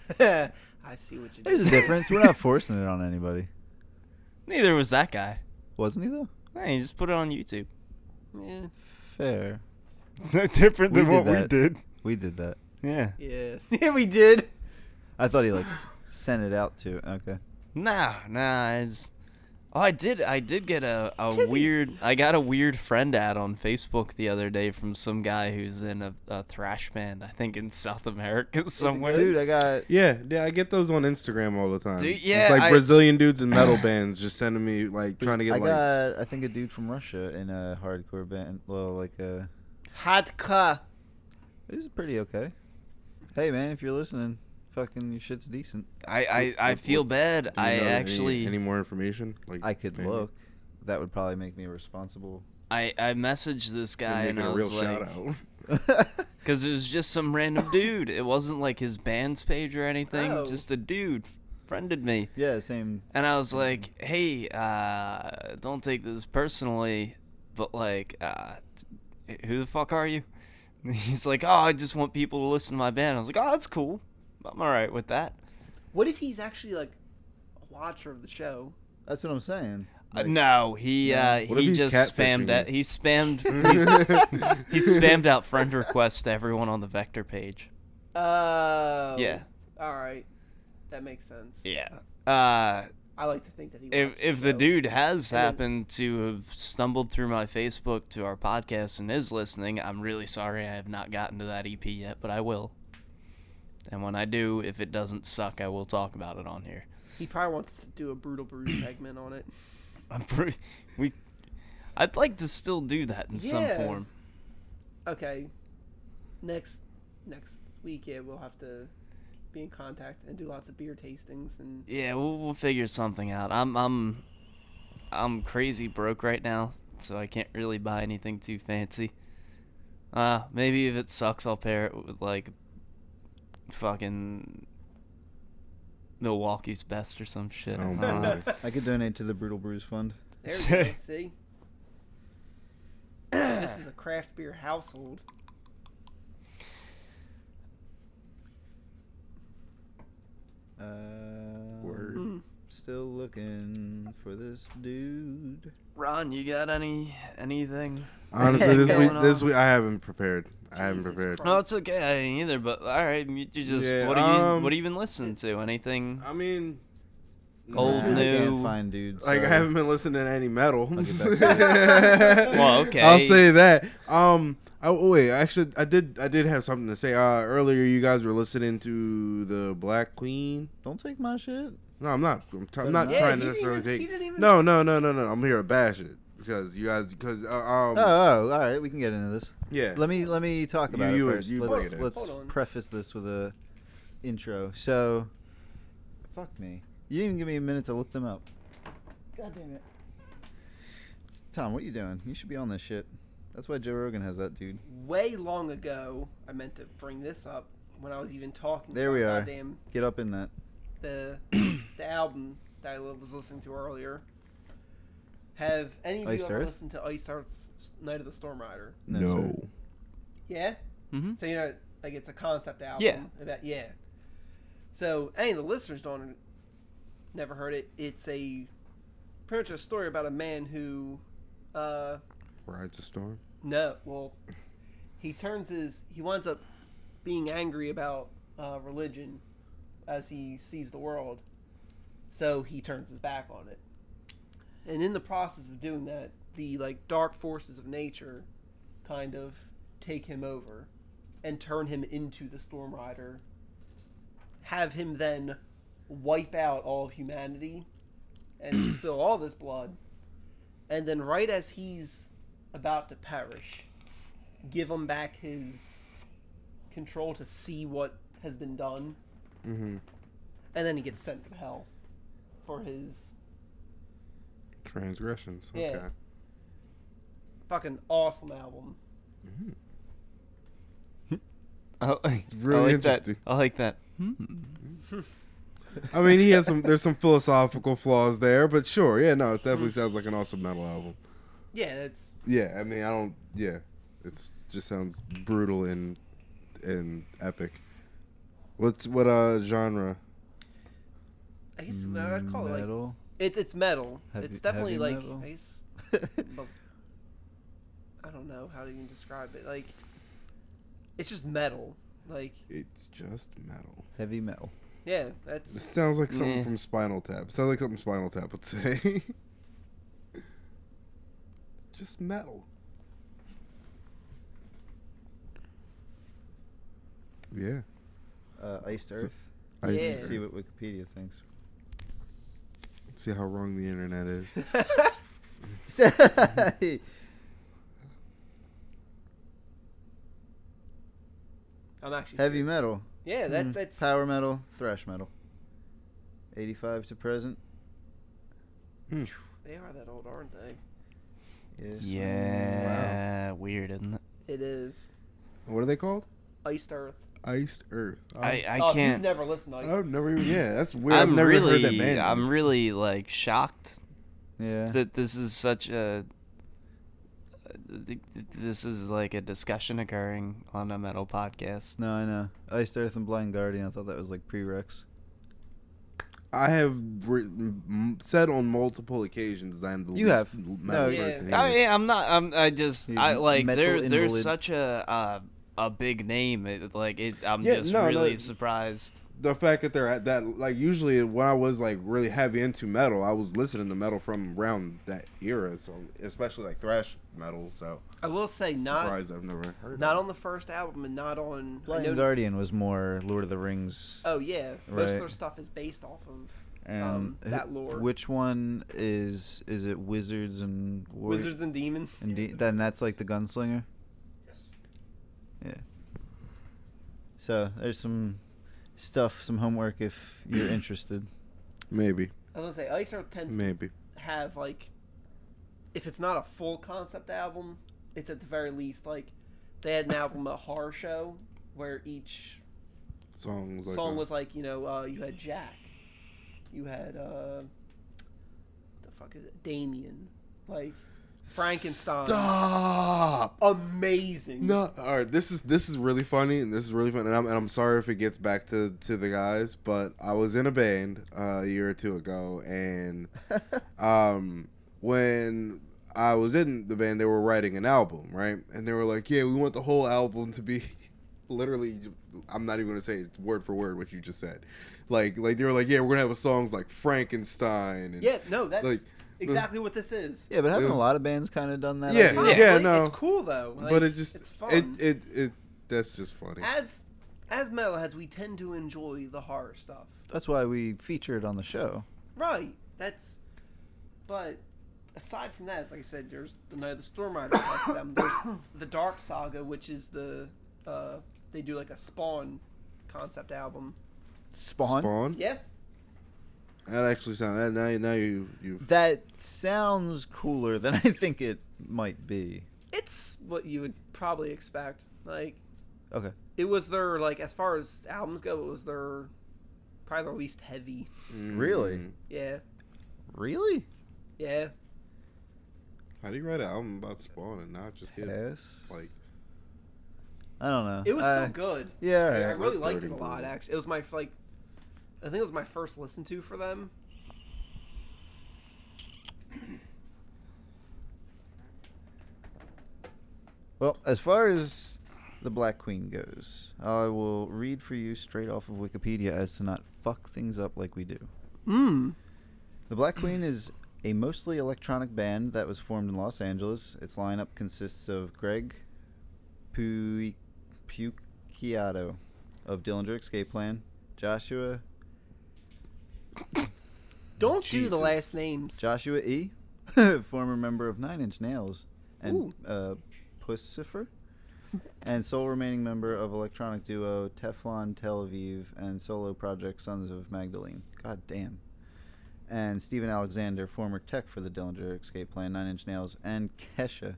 Speaker 5: see what you
Speaker 3: There's
Speaker 5: did.
Speaker 3: a difference. We're not forcing it on anybody.
Speaker 6: Neither was that guy.
Speaker 3: Wasn't he though?
Speaker 6: Hey, you just put it on YouTube.
Speaker 5: Yeah.
Speaker 3: Fair.
Speaker 6: No different
Speaker 3: We than did what we that. did. We did that.
Speaker 6: Yeah.
Speaker 5: Yeah. Yeah, we did.
Speaker 3: I thought he like s- sent it out to. Okay.
Speaker 6: Nah, nah. It's... Oh, I did. I did get a, a weird. I got a weird friend ad on Facebook the other day from some guy who's in a, a thrash band. I think in South America somewhere.
Speaker 3: Dude, I got
Speaker 7: Yeah, yeah, I get those on Instagram all the time.
Speaker 6: Dude,
Speaker 7: it's
Speaker 6: yeah,
Speaker 7: like
Speaker 6: I-
Speaker 7: Brazilian dudes in metal bands just sending me like trying to get
Speaker 3: I
Speaker 7: likes.
Speaker 3: got I think a dude from Russia in a hardcore band. Well, like uh,
Speaker 5: Hot car.
Speaker 3: it was pretty okay. Hey man, if you're listening, fucking your shit's decent.
Speaker 6: I, I, I feel bad.
Speaker 7: Do you
Speaker 6: I
Speaker 7: know any-
Speaker 6: actually
Speaker 7: any, more information? Like
Speaker 3: I could
Speaker 7: maybe?
Speaker 3: look. That would probably make me responsible.
Speaker 6: I, I messaged this guy
Speaker 7: And
Speaker 6: and
Speaker 7: make it
Speaker 6: I
Speaker 7: a real
Speaker 6: was
Speaker 7: shout out.
Speaker 6: like, because it was just some random dude. It wasn't like his band's page or anything.
Speaker 5: Oh.
Speaker 6: Just a dude friended me,
Speaker 3: yeah, same.
Speaker 6: and I was like, hey, uh, don't take this personally, but like, uh, t- who the fuck are you? And he's like, oh, I just want people to listen to my band. I was like, oh, that's cool. I'm all right with that.
Speaker 5: What if he's actually like a watcher of the show?
Speaker 3: That's what I'm saying.
Speaker 6: Uh, no, he uh,
Speaker 7: What if
Speaker 6: he
Speaker 7: he's
Speaker 6: just
Speaker 7: catfishing
Speaker 6: spammed at
Speaker 7: you?
Speaker 6: he spammed he's- he spammed out friend requests to everyone on the vector page.
Speaker 5: Oh.
Speaker 6: Yeah.
Speaker 5: All right. That makes sense.
Speaker 6: Yeah. Uh,
Speaker 5: I like to think that he.
Speaker 6: if
Speaker 5: watched
Speaker 6: if the
Speaker 5: show.
Speaker 6: dude has
Speaker 5: And then-
Speaker 6: happened to have stumbled through my Facebook to our podcast and is listening, I'm really sorry I have not gotten to that EP yet, but I will. And when I do, if it doesn't suck, I will talk about it on here.
Speaker 5: he probably wants to do a brutal brew segment on it.
Speaker 6: I'm pretty, we I'd like to still do that in some
Speaker 5: Yeah.
Speaker 6: form.
Speaker 5: Okay. Next next week, yeah, we'll have to be in contact and do lots of beer tastings and
Speaker 6: Yeah, we'll, we'll figure something out. I'm I'm I'm crazy broke right now, so I can't really buy anything too fancy. Uh, maybe if it sucks, I'll pair it with like fucking Milwaukee's best or some shit. Uh,
Speaker 7: Oh
Speaker 6: I don't know.
Speaker 7: my.
Speaker 3: I could donate to the Brutal Brews Fund.
Speaker 5: there we go. See. this is a craft beer household.
Speaker 3: Uh,
Speaker 5: Mm-hmm.
Speaker 7: Word.
Speaker 3: Still looking for this dude.
Speaker 6: Ron, you got any anything?
Speaker 7: Honestly, this
Speaker 6: Going
Speaker 7: week, this
Speaker 6: on.
Speaker 7: week I haven't prered. I haven't
Speaker 5: Jesus
Speaker 7: prepared.
Speaker 5: Christ.
Speaker 6: No, it's okay. I ain't either. But all right, you you just
Speaker 7: Yeah,
Speaker 6: what do you
Speaker 7: um,
Speaker 6: what do you even listen to? Anything?
Speaker 7: I mean,
Speaker 6: Old
Speaker 3: I can't
Speaker 6: new-
Speaker 3: find dudes.
Speaker 7: Like I haven't been listening to any metal.
Speaker 3: get
Speaker 6: Well, okay.
Speaker 7: I'll say that. Um, I, oh, wait, actually, I did. I did have something to say. Uh, earlier, you guys were listening to the Black Queen.
Speaker 3: Don't take my shit.
Speaker 7: No, I'm not. I'm, t- I'm
Speaker 3: But
Speaker 7: not
Speaker 3: no.
Speaker 7: trying to
Speaker 5: Yeah, he didn't
Speaker 7: necessarily
Speaker 5: even- he
Speaker 7: take.
Speaker 5: didn't even-
Speaker 7: No, no, no, no, no. I'm here to bash it because you guys. Because uh,
Speaker 3: Oh,
Speaker 7: um,
Speaker 3: oh, all right. We can get into this.
Speaker 7: yeah.
Speaker 3: Let me let me talk
Speaker 7: You-
Speaker 3: about
Speaker 7: you-
Speaker 3: it first.
Speaker 7: you
Speaker 3: let's
Speaker 7: bring it in.
Speaker 3: let's
Speaker 5: Hold on.
Speaker 3: preface this with a intro. So, fuck me. You didn't even give me a minute to look them up. God damn it. Tom, what are you doing? You should be on this shit. That's why Joe Rogan has that dude.
Speaker 5: Way long ago, I meant to bring this up when I was even talking.
Speaker 3: There we
Speaker 5: about
Speaker 3: are.
Speaker 5: Goddamn
Speaker 3: Get up in that.
Speaker 5: the the album that I was listening to earlier. Have any of you
Speaker 3: Iced
Speaker 5: ever
Speaker 3: Earth?
Speaker 5: listened to Ice Earth's Night of the Storm Rider?
Speaker 7: no.
Speaker 3: sir.
Speaker 5: Yeah.
Speaker 6: Mhm.
Speaker 5: So you know, like it's a concept album.
Speaker 6: Yeah.
Speaker 5: About yeah. So any of the listeners don't never heard it. It's a pretty much a story about a man who, uh,
Speaker 7: Rides a storm.
Speaker 5: no, well, he turns his he winds up being angry about uh, religion as he sees the world. So he turns his back on it. And in the process of doing that, the like dark forces of nature kind of take him over and turn him into the storm rider. Have him then wipe out all of humanity and spill all this blood. And then right as he's about to perish, give him back his control to see what has been done,
Speaker 7: Mm-hmm.
Speaker 5: and then he gets sent to hell for his
Speaker 7: Transgressions.
Speaker 5: Yeah.
Speaker 7: Okay.
Speaker 5: fucking awesome album.
Speaker 6: Oh, I
Speaker 7: really
Speaker 6: like that.
Speaker 7: interesting.
Speaker 6: I like that. Hmm.
Speaker 7: I mean, he has some. There's some philosophical flaws there, but sure. Yeah. No, it definitely sounds like an awesome metal album.
Speaker 5: Yeah, that's
Speaker 7: Mm-hmm. Yeah, I mean, I don't. Yeah, it's just sounds brutal and and epic. What's what uh genre?
Speaker 5: I guess what I'd call it Oh, like
Speaker 3: Metal.
Speaker 5: it, it's metal.
Speaker 3: Heavy-
Speaker 5: it's definitely
Speaker 3: heavy
Speaker 5: like
Speaker 3: metal?
Speaker 5: I guess but I don't know how to even describe it. Like it's just metal. Like
Speaker 7: It's just metal.
Speaker 3: Heavy metal.
Speaker 5: yeah,
Speaker 7: This
Speaker 5: that's
Speaker 7: sounds like something
Speaker 6: Yeah.
Speaker 7: from Spinal Tap. Sounds like something Spinal Tap would say. just metal. Yeah.
Speaker 3: Uh, iced Earth.
Speaker 7: I
Speaker 5: Yeah.
Speaker 7: just
Speaker 3: See
Speaker 7: see,
Speaker 3: what Wikipedia thinks.
Speaker 7: see how wrong the internet is.
Speaker 5: I'm actually
Speaker 3: Heavy metal. Mm.
Speaker 5: Yeah, that's that's
Speaker 3: Power metal, thrash metal. 85 to present.
Speaker 7: Hmm.
Speaker 5: they are that old, aren't they?
Speaker 3: Yes.
Speaker 6: Yeah, weird, isn't it?
Speaker 5: It is
Speaker 7: What are they called?
Speaker 5: Iced Earth.
Speaker 7: Iced Earth. Oh,
Speaker 6: I, I
Speaker 5: oh, if You've
Speaker 6: can't.
Speaker 5: never listened to Iced
Speaker 7: I've
Speaker 5: Earth.
Speaker 7: never even. Yeah, that's weird.
Speaker 6: I'm
Speaker 7: have never
Speaker 6: really,
Speaker 7: heard that band.
Speaker 6: I'm really like shocked
Speaker 3: Yeah.
Speaker 6: that this is such a. This is like a discussion occurring on a metal podcast.
Speaker 3: no, I know. Iced Earth and Blind Guardian. I thought that was like prereqs.
Speaker 7: I have re- m- said on multiple occasions that I'm the
Speaker 3: You
Speaker 7: least
Speaker 3: have.
Speaker 7: metal
Speaker 3: No,
Speaker 5: you-
Speaker 7: person.
Speaker 6: Oh
Speaker 7: here.
Speaker 6: yeah, I'm not. I'm. I just.
Speaker 3: He's
Speaker 6: I like.
Speaker 3: mental
Speaker 6: There, there's
Speaker 3: invalid.
Speaker 6: such a uh, a big name. It, like it. I'm
Speaker 7: Yeah,
Speaker 6: just
Speaker 7: no, no.
Speaker 6: really surprised.
Speaker 7: the fact that they're at that like usually when I was like really heavy into metal, I was listening to metal from around that era, so especially like thrash metal. So
Speaker 5: I will say not
Speaker 7: surprised I've never heard.
Speaker 5: not
Speaker 7: of
Speaker 5: on the first album and not on. I
Speaker 3: Blind
Speaker 5: know-
Speaker 3: Guardian was more Lord of the Rings.
Speaker 5: Oh yeah, most
Speaker 3: Right.
Speaker 5: of their stuff is based off of
Speaker 3: and
Speaker 5: um,
Speaker 3: who-
Speaker 5: that lore.
Speaker 3: Which one is is it? Wizards and War-
Speaker 5: Wizards and Demons.
Speaker 3: And de- then that's like the gunslinger.
Speaker 5: Yes.
Speaker 3: Yeah. So there's some stuff, some homework if you're interested.
Speaker 7: it. maybe,
Speaker 5: I was gonna say Iced Earth tends
Speaker 7: maybe.
Speaker 5: to have like, if it's not a full concept album, it's at the very least like they had an album a horror show where each
Speaker 7: Songs like
Speaker 5: song
Speaker 7: that.
Speaker 5: was like you know uh, you had Jack, you had uh, the fuck is it Damien, like Frankenstein.
Speaker 7: Stop.
Speaker 5: amazing.
Speaker 7: No, all right. This is this is really funny, and this is really fun. And I'm, and I'm sorry if it gets back to to the guys, but I was in a band uh, a year or two ago, and um, when I was in the band, they were writing an album, right? And they were like, "Yeah, we want the whole album to be literally." I'm not even gonna say it's word for word what you just said. Like, like they were like, "Yeah, we're gonna have songs like Frankenstein." And,
Speaker 5: Yeah, no, that's
Speaker 7: Like, uh,
Speaker 5: exactly what this is.
Speaker 3: Yeah, but haven't
Speaker 7: was-
Speaker 3: a lot of bands kind of done that?
Speaker 7: Yeah.
Speaker 3: idea?
Speaker 5: Honestly,
Speaker 7: yeah, no.
Speaker 5: It's cool though. Like,
Speaker 7: but it just
Speaker 5: it's
Speaker 7: it
Speaker 5: fun.
Speaker 7: it it that's just funny.
Speaker 5: as as metalheads, we tend to enjoy the horror stuff.
Speaker 3: That's why we feature it on the show.
Speaker 5: Right. That's. But aside from that, like I said, there's the Night of the Storm Rider. like them. There's the Dark Saga, which is the uh, they do like a Spawn concept album.
Speaker 3: Spawn.
Speaker 7: Spawn?
Speaker 5: Yeah.
Speaker 7: That actually sounds. Now, now you you
Speaker 3: That sounds cooler than I think it might be.
Speaker 5: It's what you would probably expect. Like
Speaker 3: Okay.
Speaker 5: it was their like as far as albums go, it was their probably their least heavy.
Speaker 3: Really?
Speaker 7: Mm-hmm.
Speaker 5: Yeah.
Speaker 3: Really?
Speaker 5: Yeah.
Speaker 7: How do you write an album about Spawn and not just get
Speaker 3: Yes.
Speaker 7: like
Speaker 3: I don't know.
Speaker 5: It was
Speaker 3: I-
Speaker 5: still good.
Speaker 3: Yeah. all
Speaker 5: I
Speaker 3: right.
Speaker 7: Yeah.
Speaker 5: really
Speaker 7: Slut
Speaker 5: liked it
Speaker 7: Dirty
Speaker 5: a lot.
Speaker 7: Bird.
Speaker 5: Actually, it was my like, I think it was my first listen to for them.
Speaker 3: Well, as far as the Black Queen goes, I will read for you straight off of Wikipedia as to not fuck things up like we do.
Speaker 5: Mm.
Speaker 3: The Black Queen is a mostly electronic band that was formed in Los Angeles. Its lineup consists of Greg Pu- Puciato of Dillinger Escape Plan, Joshua
Speaker 5: Don't do the
Speaker 7: Jesus.
Speaker 5: last names.
Speaker 3: Joshua E, former member of Nine Inch Nails, and
Speaker 5: Ooh.
Speaker 3: uh, Pussifer, and sole remaining member of electronic duo Teflon Tel Aviv and solo project Sons of Magdalene. God damn. And Stephen Alexander, former tech for the Dillinger Escape Plan, Nine Inch Nails, and Kesha.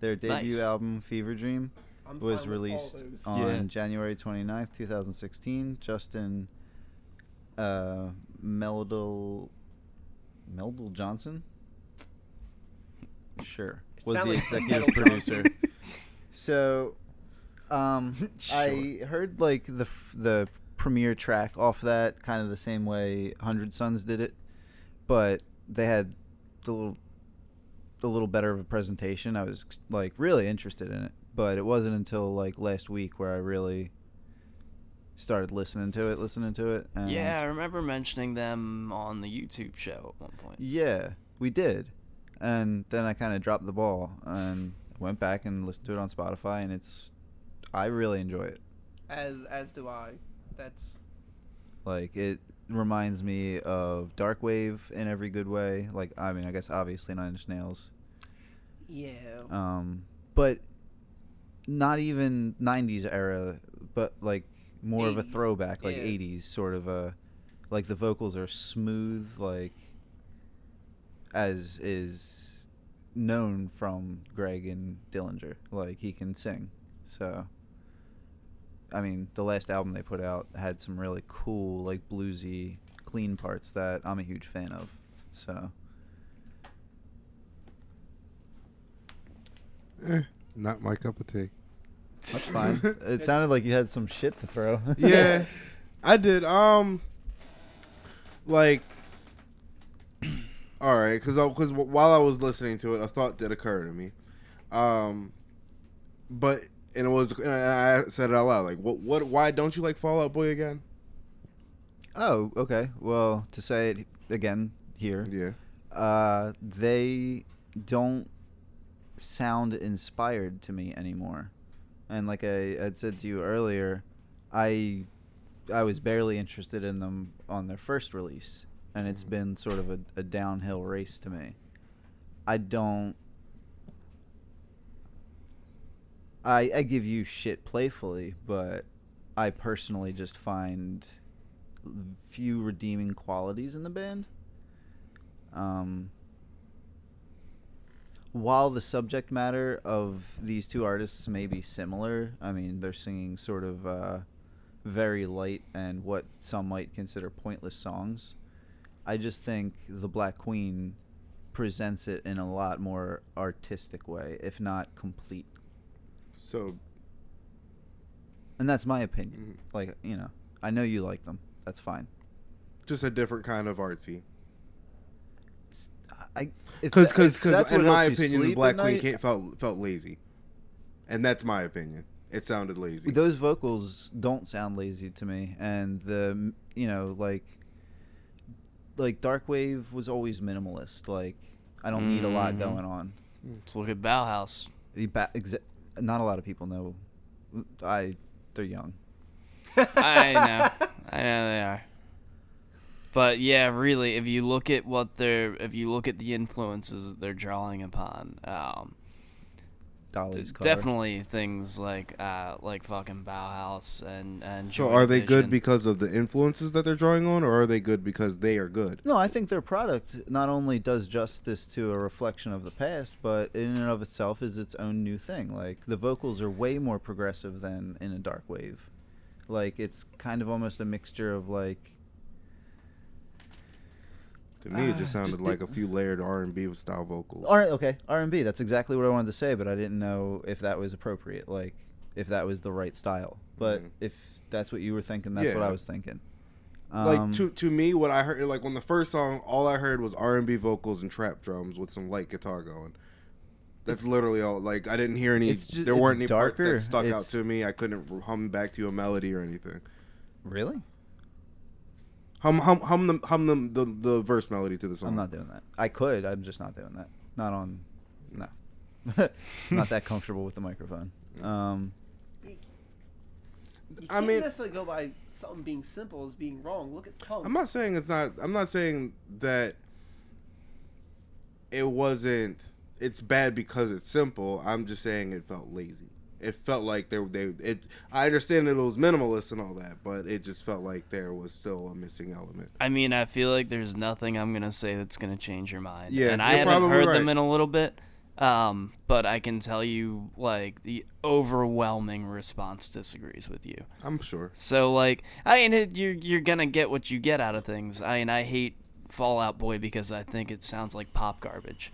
Speaker 3: Their debut
Speaker 6: Nice.
Speaker 3: album, Fever Dream,
Speaker 5: I'm fine
Speaker 3: was
Speaker 5: with all
Speaker 3: released
Speaker 5: those.
Speaker 3: on
Speaker 6: Yeah.
Speaker 3: January 29th, 2016. Justin uh, Meldal Meldal Johnson? Sure.
Speaker 5: It
Speaker 3: Was
Speaker 5: sound
Speaker 3: the
Speaker 5: like
Speaker 3: executive
Speaker 5: Metal
Speaker 3: producer. so um, I heard like the f- the premiere track off that kind of the same way Hundred Sons did it, but they had the little a little better of a presentation. I was like really interested in it, but it wasn't until like last week where I really started listening to it, listening to it. And
Speaker 6: Yeah, I remember mentioning them on the YouTube show at one point.
Speaker 3: yeah, we did, and then I kind of dropped the ball and went back and listened to it on Spotify, and it's I really enjoy it.
Speaker 5: As as do I. That's
Speaker 3: Like it reminds me of Darkwave in every good way. Like I mean, I guess obviously Nine Inch Nails.
Speaker 5: yeah.
Speaker 3: Uh, um, but not even '90s era, but like more of a
Speaker 5: 80s,
Speaker 3: throwback, like
Speaker 5: yeah.
Speaker 3: '80s sort of a, like the vocals are smooth, like as is known from Greg and Dillinger. Like he can sing, so. I mean, the last album they put out had some really cool, like bluesy, clean parts that I'm a huge fan of. So,
Speaker 7: Eh, not my cup of tea.
Speaker 3: That's fine. it sounded like you had some shit to throw.
Speaker 7: yeah, I did. Um, like, all right, because because while I was listening to it, a thought did occur to me. Um, but and it was and I said it out loud. Like, what what? Why don't you like Fallout Boy again?
Speaker 3: oh, okay. Well, to say it again here,
Speaker 7: Yeah,
Speaker 3: uh, they don't sound inspired to me anymore. And like I had said to you earlier, I I was barely interested in them on their first release, and it's been sort of a, a downhill race to me. I don't. I I give you shit playfully, but I personally just find few redeeming qualities in the band. Um, while the subject matter of these two artists may be similar, I mean, they're singing sort of uh, very light and what some might consider pointless songs. I just think The Black Queen presents it in a lot more artistic way, if not complete.
Speaker 7: so
Speaker 3: And that's my opinion. Like, you know, I know you like them. That's fine.
Speaker 7: just a different kind of artsy.
Speaker 3: I if
Speaker 7: Because
Speaker 3: tha-
Speaker 7: because
Speaker 3: if that's
Speaker 7: in
Speaker 3: what
Speaker 7: my
Speaker 3: helps you
Speaker 7: opinion, the
Speaker 3: sleep
Speaker 7: Black
Speaker 3: at
Speaker 7: Queen
Speaker 3: night-
Speaker 7: can't, felt felt lazy, and that's my opinion. It sounded lazy.
Speaker 3: Those vocals don't sound lazy to me, and the you know like like Darkwave was always minimalist. Like I don't need a lot
Speaker 6: Mhm.
Speaker 3: going on.
Speaker 6: Let's look at Bauhaus.
Speaker 3: The ba- exa- not a lot of people know. I they're young.
Speaker 6: I know. I know they are. But yeah, really, if you look at what they're, if you look at the influences that they're drawing upon, um,
Speaker 3: Dolly's cover.
Speaker 6: definitely things like, uh, like fucking Bauhaus and and.
Speaker 7: So
Speaker 6: Joy
Speaker 7: are they good
Speaker 6: Division.
Speaker 7: because of the influences that they're drawing on, or are they good because they are good?
Speaker 3: No, I think their product not only does justice to a reflection of the past, but in and of itself is its own new thing. Like the vocals are way more progressive than in a dark wave. Like it's kind of almost a mixture of like
Speaker 7: To me, it just
Speaker 3: Ah,
Speaker 7: sounded
Speaker 3: just
Speaker 7: like
Speaker 3: di-
Speaker 7: a few layered R and B style vocals.
Speaker 3: R okay R and B. That's exactly what I wanted to say, but I didn't know if that was appropriate. Like if that was the right style. But
Speaker 7: Mhm.
Speaker 3: if that's what you were thinking, that's what I
Speaker 7: Yeah.
Speaker 3: was thinking. Um,
Speaker 7: Uh, like to to me, what I heard, like when the first song, all I heard was R and B vocals and trap drums with some light guitar going. That's literally all. Like I didn't hear any.
Speaker 3: It's ju-
Speaker 7: there
Speaker 3: it's
Speaker 7: weren't any
Speaker 3: darker.
Speaker 7: parts that stuck out
Speaker 3: It's-
Speaker 7: to me. I couldn't hum back to you a melody or anything.
Speaker 3: really?
Speaker 7: Hum hum hum the hum the the, the verse melody to the song.
Speaker 3: I'm not doing that. I could. I'm just not doing that. Not on. No. not that comfortable with the microphone.
Speaker 7: Mm.
Speaker 3: Um,
Speaker 5: You
Speaker 7: I
Speaker 5: can't
Speaker 7: mean-
Speaker 5: necessarily go by something being simple as being wrong. Look at Pump.
Speaker 7: I'm not saying it's not. I'm not saying that it wasn't. It's bad because it's simple. I'm just saying it felt lazy. It felt like there they it. I understand that it was minimalist and all that, but it just felt like there was still a missing element.
Speaker 6: I mean, I feel like there's nothing I'm gonna say that's gonna change your mind.
Speaker 7: Yeah,
Speaker 6: and I
Speaker 7: you're
Speaker 6: haven't
Speaker 7: probably
Speaker 6: heard them
Speaker 7: right.
Speaker 6: in a little bit, um, but I can tell you, like, the overwhelming response disagrees with you.
Speaker 7: I'm sure.
Speaker 6: So like, I mean, it, you're you're gonna get what you get out of things. I mean, I hate Fallout Boy because I think it sounds like pop garbage.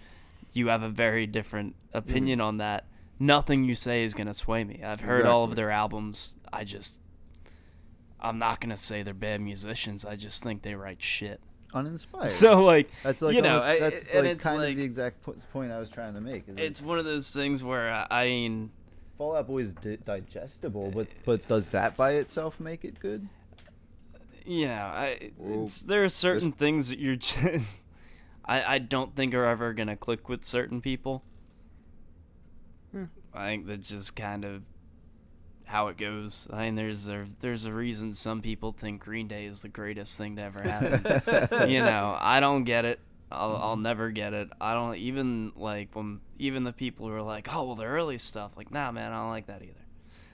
Speaker 6: You have a very different opinion
Speaker 3: Mm-hmm.
Speaker 6: on that. Nothing you say is gonna sway me. I've heard all of
Speaker 7: Exactly.
Speaker 6: their albums. I just, I'm not gonna say they're bad musicians. I just think they write shit.
Speaker 3: uninspired.
Speaker 6: So like,
Speaker 3: that's like
Speaker 6: you know,
Speaker 3: almost,
Speaker 6: I-
Speaker 3: that's
Speaker 6: and
Speaker 3: like
Speaker 6: it's
Speaker 3: kind
Speaker 6: like
Speaker 3: of the exact po- point I was trying to make. is that
Speaker 6: it's one of those things where uh, I mean,
Speaker 3: Fallout Boy is di- digestible, but
Speaker 6: Uh,
Speaker 3: but does that by itself make it good?
Speaker 6: you know, I
Speaker 7: Well,
Speaker 6: it's, there are certain things that you're just I, I don't think are ever gonna click with certain people. I think that's just kind of how it goes. I mean, there's a, there's a reason some people think Green Day is the greatest thing to ever happen. you know, I don't get it. I'll, I'll never get it. I don't even like when even the people who are like, oh well, the early stuff. Like, nah, man, I don't like that either.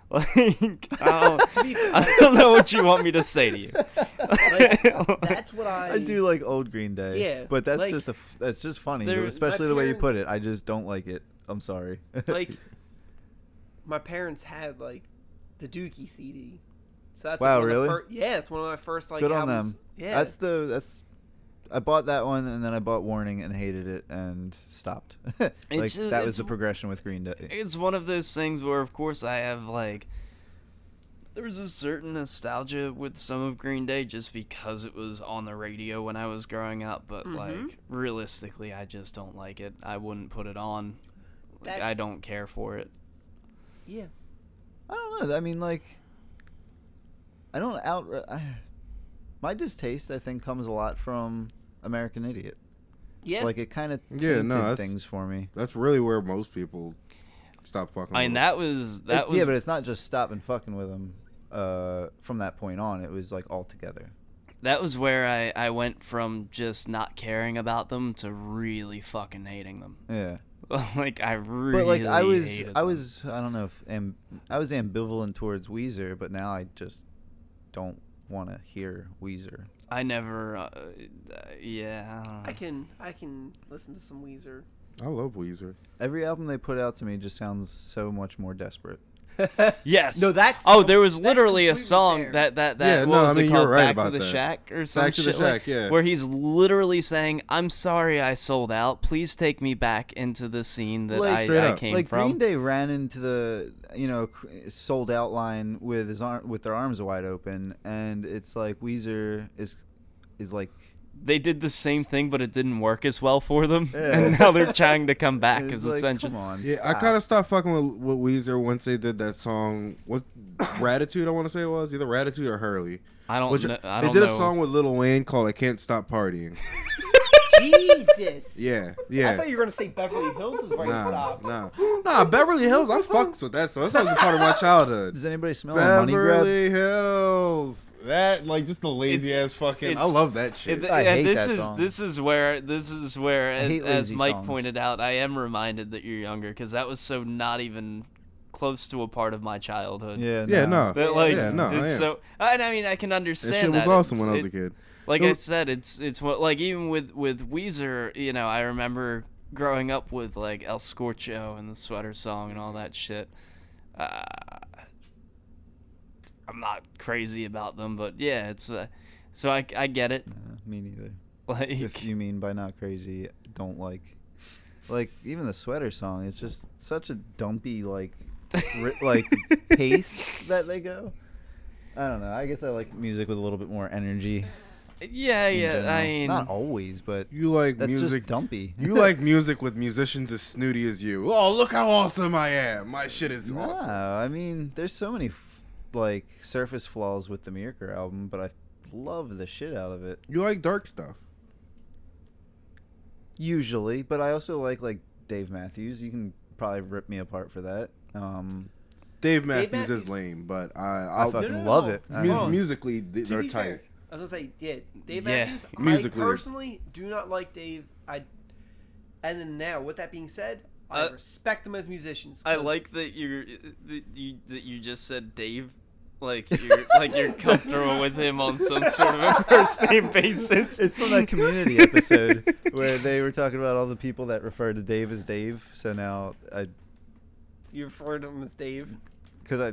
Speaker 6: Like, I
Speaker 5: To be
Speaker 6: don't,
Speaker 5: fair,
Speaker 6: I don't know what you want me to say to you.
Speaker 5: Like, that's what I.
Speaker 3: I do like old Green Day.
Speaker 5: Yeah,
Speaker 3: but that's
Speaker 5: like-
Speaker 3: just a f- that's just funny,
Speaker 5: There- my
Speaker 3: especially the way you put it.
Speaker 5: parents-
Speaker 3: I just don't like it. I'm sorry.
Speaker 5: like my parents had like the Dookie CD. So that's
Speaker 3: Wow,
Speaker 5: like, one of the
Speaker 3: really?
Speaker 5: fir- yeah, it's one of my first like
Speaker 3: good on
Speaker 5: albums.
Speaker 3: them.
Speaker 5: Yeah,
Speaker 3: that's the that's. I bought that one and then I bought Warning and hated it and stopped. like
Speaker 6: It's
Speaker 5: uh,
Speaker 6: ju-
Speaker 3: that was
Speaker 6: it's-
Speaker 3: the progression with Green Day.
Speaker 6: It's one of those things where, of course, I have like. There's a certain nostalgia with some of Green Day just because it was on the radio when I was growing up, but
Speaker 5: Mhm.
Speaker 6: like realistically, I just don't like it. I wouldn't put it on. Like, I
Speaker 5: That's-
Speaker 6: don't care for it.
Speaker 5: yeah.
Speaker 3: I don't know. I mean, like, I don't out. I, my distaste, I think, comes a lot from American Idiot.
Speaker 5: Yeah,
Speaker 3: Like it kind of
Speaker 7: Yeah, no, that's-
Speaker 3: things for me.
Speaker 7: That's really where most people stop fucking.
Speaker 6: I mean,
Speaker 7: with
Speaker 6: that was that
Speaker 3: It-
Speaker 6: was
Speaker 3: yeah, but it's not just stop and fucking with them. Uh, from that point on, it was like all together.
Speaker 6: that was where I I went from just not caring about them to really fucking hating them.
Speaker 3: Yeah,
Speaker 6: like I really.
Speaker 3: but like I was,
Speaker 6: hated
Speaker 3: I
Speaker 6: them.
Speaker 3: was, I don't know if am, I was ambivalent towards Weezer, but now I just don't want to hear Weezer.
Speaker 6: I never. Uh, uh, yeah. I don't know.
Speaker 5: I can I can listen to some Weezer.
Speaker 7: it. I love Weezer.
Speaker 3: Every album they put out to me just sounds so much more desperate.
Speaker 6: Yes.
Speaker 5: No, that's-
Speaker 6: Oh, there was
Speaker 5: that's
Speaker 6: literally a
Speaker 5: completely
Speaker 6: song
Speaker 5: fair.
Speaker 6: that that that
Speaker 7: Yeah,
Speaker 6: what
Speaker 7: no,
Speaker 6: was
Speaker 7: I
Speaker 6: it
Speaker 7: mean, you're
Speaker 6: called?
Speaker 7: right
Speaker 6: Back to
Speaker 7: about
Speaker 6: the
Speaker 7: that.
Speaker 6: Shack or some
Speaker 7: Back to the
Speaker 6: shit like-
Speaker 7: Shack, yeah.
Speaker 6: Where he's literally saying, "I'm sorry, I sold out. Please take me back into the scene that
Speaker 3: Like,
Speaker 6: I,
Speaker 7: straight
Speaker 6: I
Speaker 7: up.
Speaker 6: came
Speaker 3: like
Speaker 6: from."
Speaker 3: Green Day ran into the you know cr- sold out line with his arm with their arms wide open, and it's like Weezer is is like
Speaker 6: They did the same thing, but it didn't work as well for them, and now they're trying to come back.
Speaker 3: it's
Speaker 6: Is
Speaker 3: like,
Speaker 6: essentially.
Speaker 3: Come on,
Speaker 7: Yeah, I
Speaker 3: stop.
Speaker 7: kind of stopped fucking with, with Weezer once they did that song. Was Ratitude? I want to say it was either Ratitude or Hurley.
Speaker 6: I don't.
Speaker 7: Which
Speaker 6: know, I
Speaker 7: they
Speaker 6: don't
Speaker 7: did
Speaker 6: know.
Speaker 7: a song with Lil Wayne called "I Can't Stop Partying."
Speaker 5: Jesus.
Speaker 7: Yeah,
Speaker 5: I
Speaker 7: yeah.
Speaker 5: thought you were gonna say Beverly Hills is where you
Speaker 7: Nah,
Speaker 5: stop.
Speaker 7: nah, nah. Beverly Hills, I fucks with that song. That song was a part of my childhood.
Speaker 3: Does anybody smell a money grab?
Speaker 7: Beverly Hills, that like just the lazy
Speaker 6: It's-
Speaker 7: ass fucking. I
Speaker 6: it's-
Speaker 7: love that shit.
Speaker 6: And th-
Speaker 3: I
Speaker 6: and
Speaker 3: hate
Speaker 6: this
Speaker 3: that
Speaker 6: is
Speaker 3: song.
Speaker 6: this is where this is where as,
Speaker 3: hate
Speaker 6: as
Speaker 3: lazy
Speaker 6: Mike
Speaker 3: songs.
Speaker 6: pointed out, I am reminded that you're younger because that was so not even close to a part of my childhood.
Speaker 3: Yeah,
Speaker 7: yeah,
Speaker 3: no.
Speaker 7: no,
Speaker 6: That, like,
Speaker 7: yeah, no. I
Speaker 6: it's
Speaker 7: am.
Speaker 6: so. And I mean, I can
Speaker 7: that
Speaker 6: understand
Speaker 7: shit was
Speaker 6: that.
Speaker 7: awesome
Speaker 6: It's-
Speaker 7: when I was
Speaker 6: it-
Speaker 7: a kid.
Speaker 6: Like
Speaker 7: It
Speaker 6: I
Speaker 7: was-
Speaker 6: said, it's it's what like even with with Weezer, you know, I remember growing up with like El Scorcho and the Sweater Song and all that shit. Uh, I'm not crazy about them, but yeah, it's uh, so I I get it.
Speaker 3: Uh, me neither.
Speaker 6: Like
Speaker 3: If you mean by not crazy, don't like. Like even the sweater song, it's just such a dumpy like, ri- like pace that they go. I don't know. I guess I like music with a little bit more energy.
Speaker 6: Yeah,
Speaker 3: in
Speaker 6: yeah. I
Speaker 3: general.
Speaker 6: mean,
Speaker 3: not always, but
Speaker 7: You like
Speaker 3: that's
Speaker 7: music?
Speaker 3: just dumpy.
Speaker 7: you like music with musicians as snooty as you. Oh, look how awesome I am! My shit is
Speaker 3: No,
Speaker 7: awesome.
Speaker 3: I mean, there's so many f- like surface flaws with the Mirror album, but I love the shit out of it
Speaker 7: You like dark stuff.
Speaker 3: usually. But I also like like Dave Matthews. You can probably rip me apart for that. Um,
Speaker 7: Dave Matthews,
Speaker 5: Matthews.
Speaker 7: is lame, but I
Speaker 3: I
Speaker 7: I'll,
Speaker 3: fucking
Speaker 5: no, no,
Speaker 3: love
Speaker 5: no.
Speaker 3: it.
Speaker 7: mus-
Speaker 5: Hold on.
Speaker 7: musically th-
Speaker 5: To
Speaker 7: they're
Speaker 5: be fair,
Speaker 7: tight.
Speaker 5: I was gonna say, yeah, Dave
Speaker 6: Yeah.
Speaker 5: Matthews.
Speaker 7: Musically.
Speaker 5: I personally do not like Dave. I. And then now, with that being said, I
Speaker 6: Uh,
Speaker 5: respect them as musicians.
Speaker 6: I
Speaker 5: 'cause
Speaker 6: like that you're uh, that you that you just said Dave, like you're like you're comfortable with him on some sort of a first name basis.
Speaker 3: It's from that community episode where they were talking about all the people that refer to Dave as Dave. So now I,
Speaker 5: you refer to him as Dave.
Speaker 3: because I,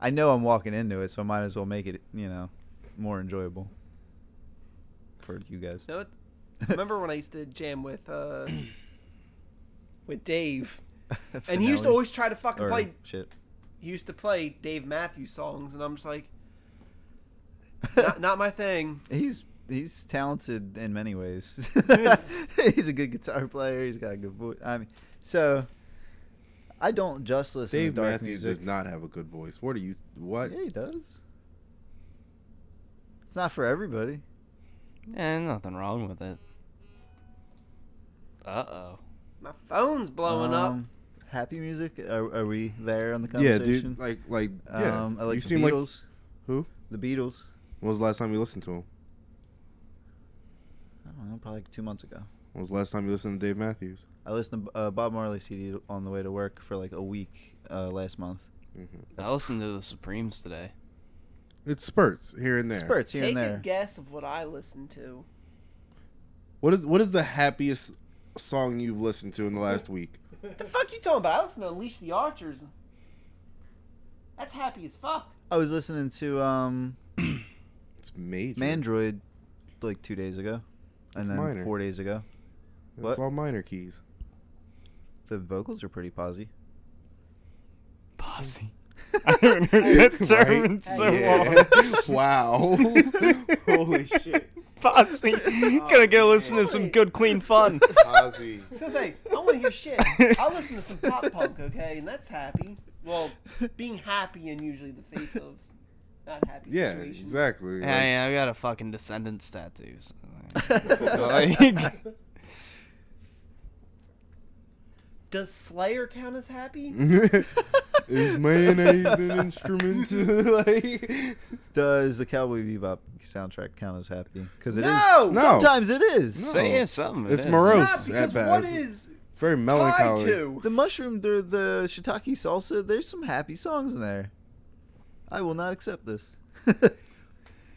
Speaker 3: I know I'm walking into it, so I might as well make it, you know, more enjoyable for you guys.
Speaker 5: No, it, remember when I used to jam with uh, with Dave, and he used to
Speaker 3: Finale.
Speaker 5: always try to fucking
Speaker 3: Or
Speaker 5: play.
Speaker 3: shit.
Speaker 5: He used to play Dave Matthews songs, and I'm just like, not, not my thing.
Speaker 3: He's he's talented in many ways. he's a good guitar player. He's got a good voice. I mean, so I don't just listen
Speaker 7: Dave
Speaker 3: to dark
Speaker 7: Matthews
Speaker 3: music.
Speaker 7: does not have a good voice. What are you? What?
Speaker 3: Yeah, he does. It's not for everybody.
Speaker 6: Yeah, Eh, nothing wrong with it. Uh oh.
Speaker 5: My phone's blowing up.
Speaker 3: Um, Happy music? Are, are we there on the
Speaker 7: Yeah,
Speaker 3: conversation?
Speaker 7: dude. Like, like, yeah.
Speaker 3: Um, I like
Speaker 7: you
Speaker 3: the
Speaker 7: seem like.
Speaker 3: Beatles.
Speaker 7: Who?
Speaker 3: the Beatles.
Speaker 7: When was the last time you listened to him?
Speaker 3: I don't know, probably like two months ago.
Speaker 7: When was the last time you listened to Dave Matthews?
Speaker 3: I listened to uh, Bob Marley CD on the way to work for like a week uh, last month.
Speaker 6: I listened to the Supremes today.
Speaker 7: It spurts here and there.
Speaker 3: Spurts here
Speaker 5: Take
Speaker 3: and
Speaker 5: a
Speaker 3: there.
Speaker 5: guess of what I listen to.
Speaker 7: What is what is the happiest song you've listened to in the last week?
Speaker 5: The fuck you talking about? I listen to Unleash the Archers. That's happy as fuck.
Speaker 3: I was listening to um
Speaker 7: It's major.
Speaker 3: Mandroid like two days ago, and
Speaker 7: It's
Speaker 3: then
Speaker 7: minor.
Speaker 3: four days ago.
Speaker 7: It's
Speaker 3: what?
Speaker 7: all minor keys.
Speaker 3: The vocals are pretty posy.
Speaker 6: Posse. I haven't heard that term in so long.
Speaker 7: wow. Holy shit.
Speaker 6: Posse. Gonna go listen to some good, clean fun.
Speaker 7: Ozzy.
Speaker 5: I was gonna say, I want to hear shit. I listen to some pop punk, okay, and that's happy. Well, being happy and usually the face of not happy
Speaker 7: Yeah,
Speaker 5: situations.
Speaker 7: exactly.
Speaker 6: Yeah,
Speaker 7: Like,
Speaker 6: yeah, I got a fucking descendants tattoo. so, like-
Speaker 5: Does Slayer count as happy?
Speaker 7: is mayonnaise an instrument? like,
Speaker 3: Does the Cowboy Bebop soundtrack count as happy? Because it is.
Speaker 5: No!
Speaker 7: No.
Speaker 3: Sometimes it is.
Speaker 6: Say yeah, something. it
Speaker 7: It's
Speaker 6: is.
Speaker 7: morose.
Speaker 5: Not because
Speaker 7: at best.
Speaker 5: what is
Speaker 7: it's very
Speaker 5: tied
Speaker 7: melancholy.
Speaker 5: to?
Speaker 3: The mushroom, the the shiitake salsa. There's some happy songs in there. I will not accept this.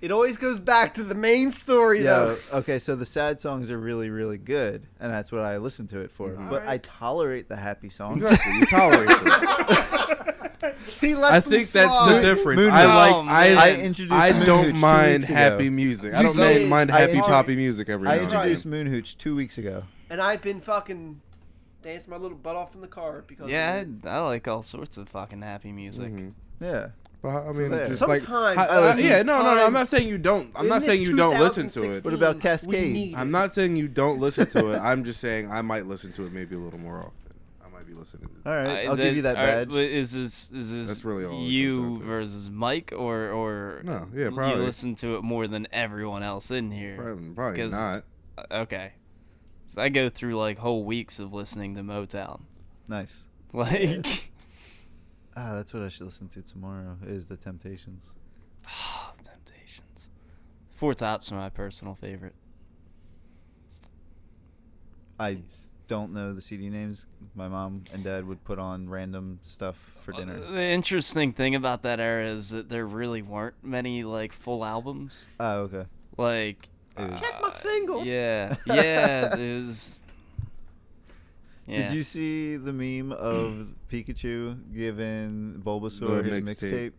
Speaker 5: It always goes back to the main story,
Speaker 3: yeah.
Speaker 5: though.
Speaker 3: Okay. So the sad songs are really, really good, and that's what I listen to it for. But I
Speaker 5: Alright.
Speaker 3: tolerate the happy songs.
Speaker 7: Exactly. You tolerate it.
Speaker 5: He left
Speaker 7: I
Speaker 5: them
Speaker 7: think that's the
Speaker 5: slide.
Speaker 7: difference.
Speaker 3: Moon
Speaker 7: I
Speaker 6: Knight.
Speaker 7: like.
Speaker 6: Oh, man.
Speaker 7: I
Speaker 3: I introduced.
Speaker 7: I
Speaker 3: Moon Hooch
Speaker 7: don't
Speaker 3: two
Speaker 7: mind
Speaker 3: weeks ago.
Speaker 7: happy music. I don't
Speaker 5: So-
Speaker 7: ma- mind
Speaker 3: I
Speaker 7: happy
Speaker 3: intro-
Speaker 7: poppy music every
Speaker 3: I
Speaker 7: now and then.
Speaker 3: introduced Moon Hooch two weeks ago.
Speaker 5: And I've been fucking dancing my little butt off in the car because
Speaker 6: Yeah,
Speaker 5: of it.
Speaker 6: I, I like all sorts of fucking happy music.
Speaker 3: Yeah.
Speaker 7: But I mean,
Speaker 3: there.
Speaker 7: just like,
Speaker 5: Sometimes
Speaker 7: how-
Speaker 5: I listen
Speaker 7: yeah,
Speaker 5: to
Speaker 7: no, no, no. I'm
Speaker 5: times-
Speaker 7: not saying you don't. I'm
Speaker 5: In
Speaker 7: not
Speaker 5: this
Speaker 7: saying you don't listen to it.
Speaker 5: 2016,
Speaker 3: What about
Speaker 5: we
Speaker 3: Cascade?
Speaker 5: need
Speaker 7: I'm
Speaker 5: it.
Speaker 7: not saying you don't listen to it. I'm just saying I might listen to it maybe a little more often. I might be listening. To
Speaker 3: All right.
Speaker 6: I-
Speaker 3: I'll give you that
Speaker 6: all right,
Speaker 3: badge.
Speaker 6: but is this is this
Speaker 7: That's really all it comes down
Speaker 6: you
Speaker 7: to.
Speaker 6: versus Mike or or
Speaker 7: No, yeah, probably.
Speaker 6: you listen to it more than everyone else in here?
Speaker 7: Probably, probably
Speaker 6: 'Cause-
Speaker 7: not.
Speaker 6: Uh, Okay, so I go through like whole weeks of listening to Motown.
Speaker 3: nice.
Speaker 6: Like,
Speaker 3: Ah, that's what I should listen to tomorrow. Is the Temptations.
Speaker 6: oh, Temptations. Four Tops are my personal favorite.
Speaker 3: I don't know the CD names. My mom and dad would put on random stuff
Speaker 6: Uh,
Speaker 3: for dinner.
Speaker 6: The interesting thing about that era is that there really weren't many like full albums.
Speaker 3: Oh, okay.
Speaker 6: Like,
Speaker 3: It was-
Speaker 5: Check my single.
Speaker 6: Uh, yeah, yeah, it was.
Speaker 3: Did you see the meme of Pikachu giving Bulbasaur
Speaker 7: The
Speaker 3: his
Speaker 7: mixtape.
Speaker 3: mixtape?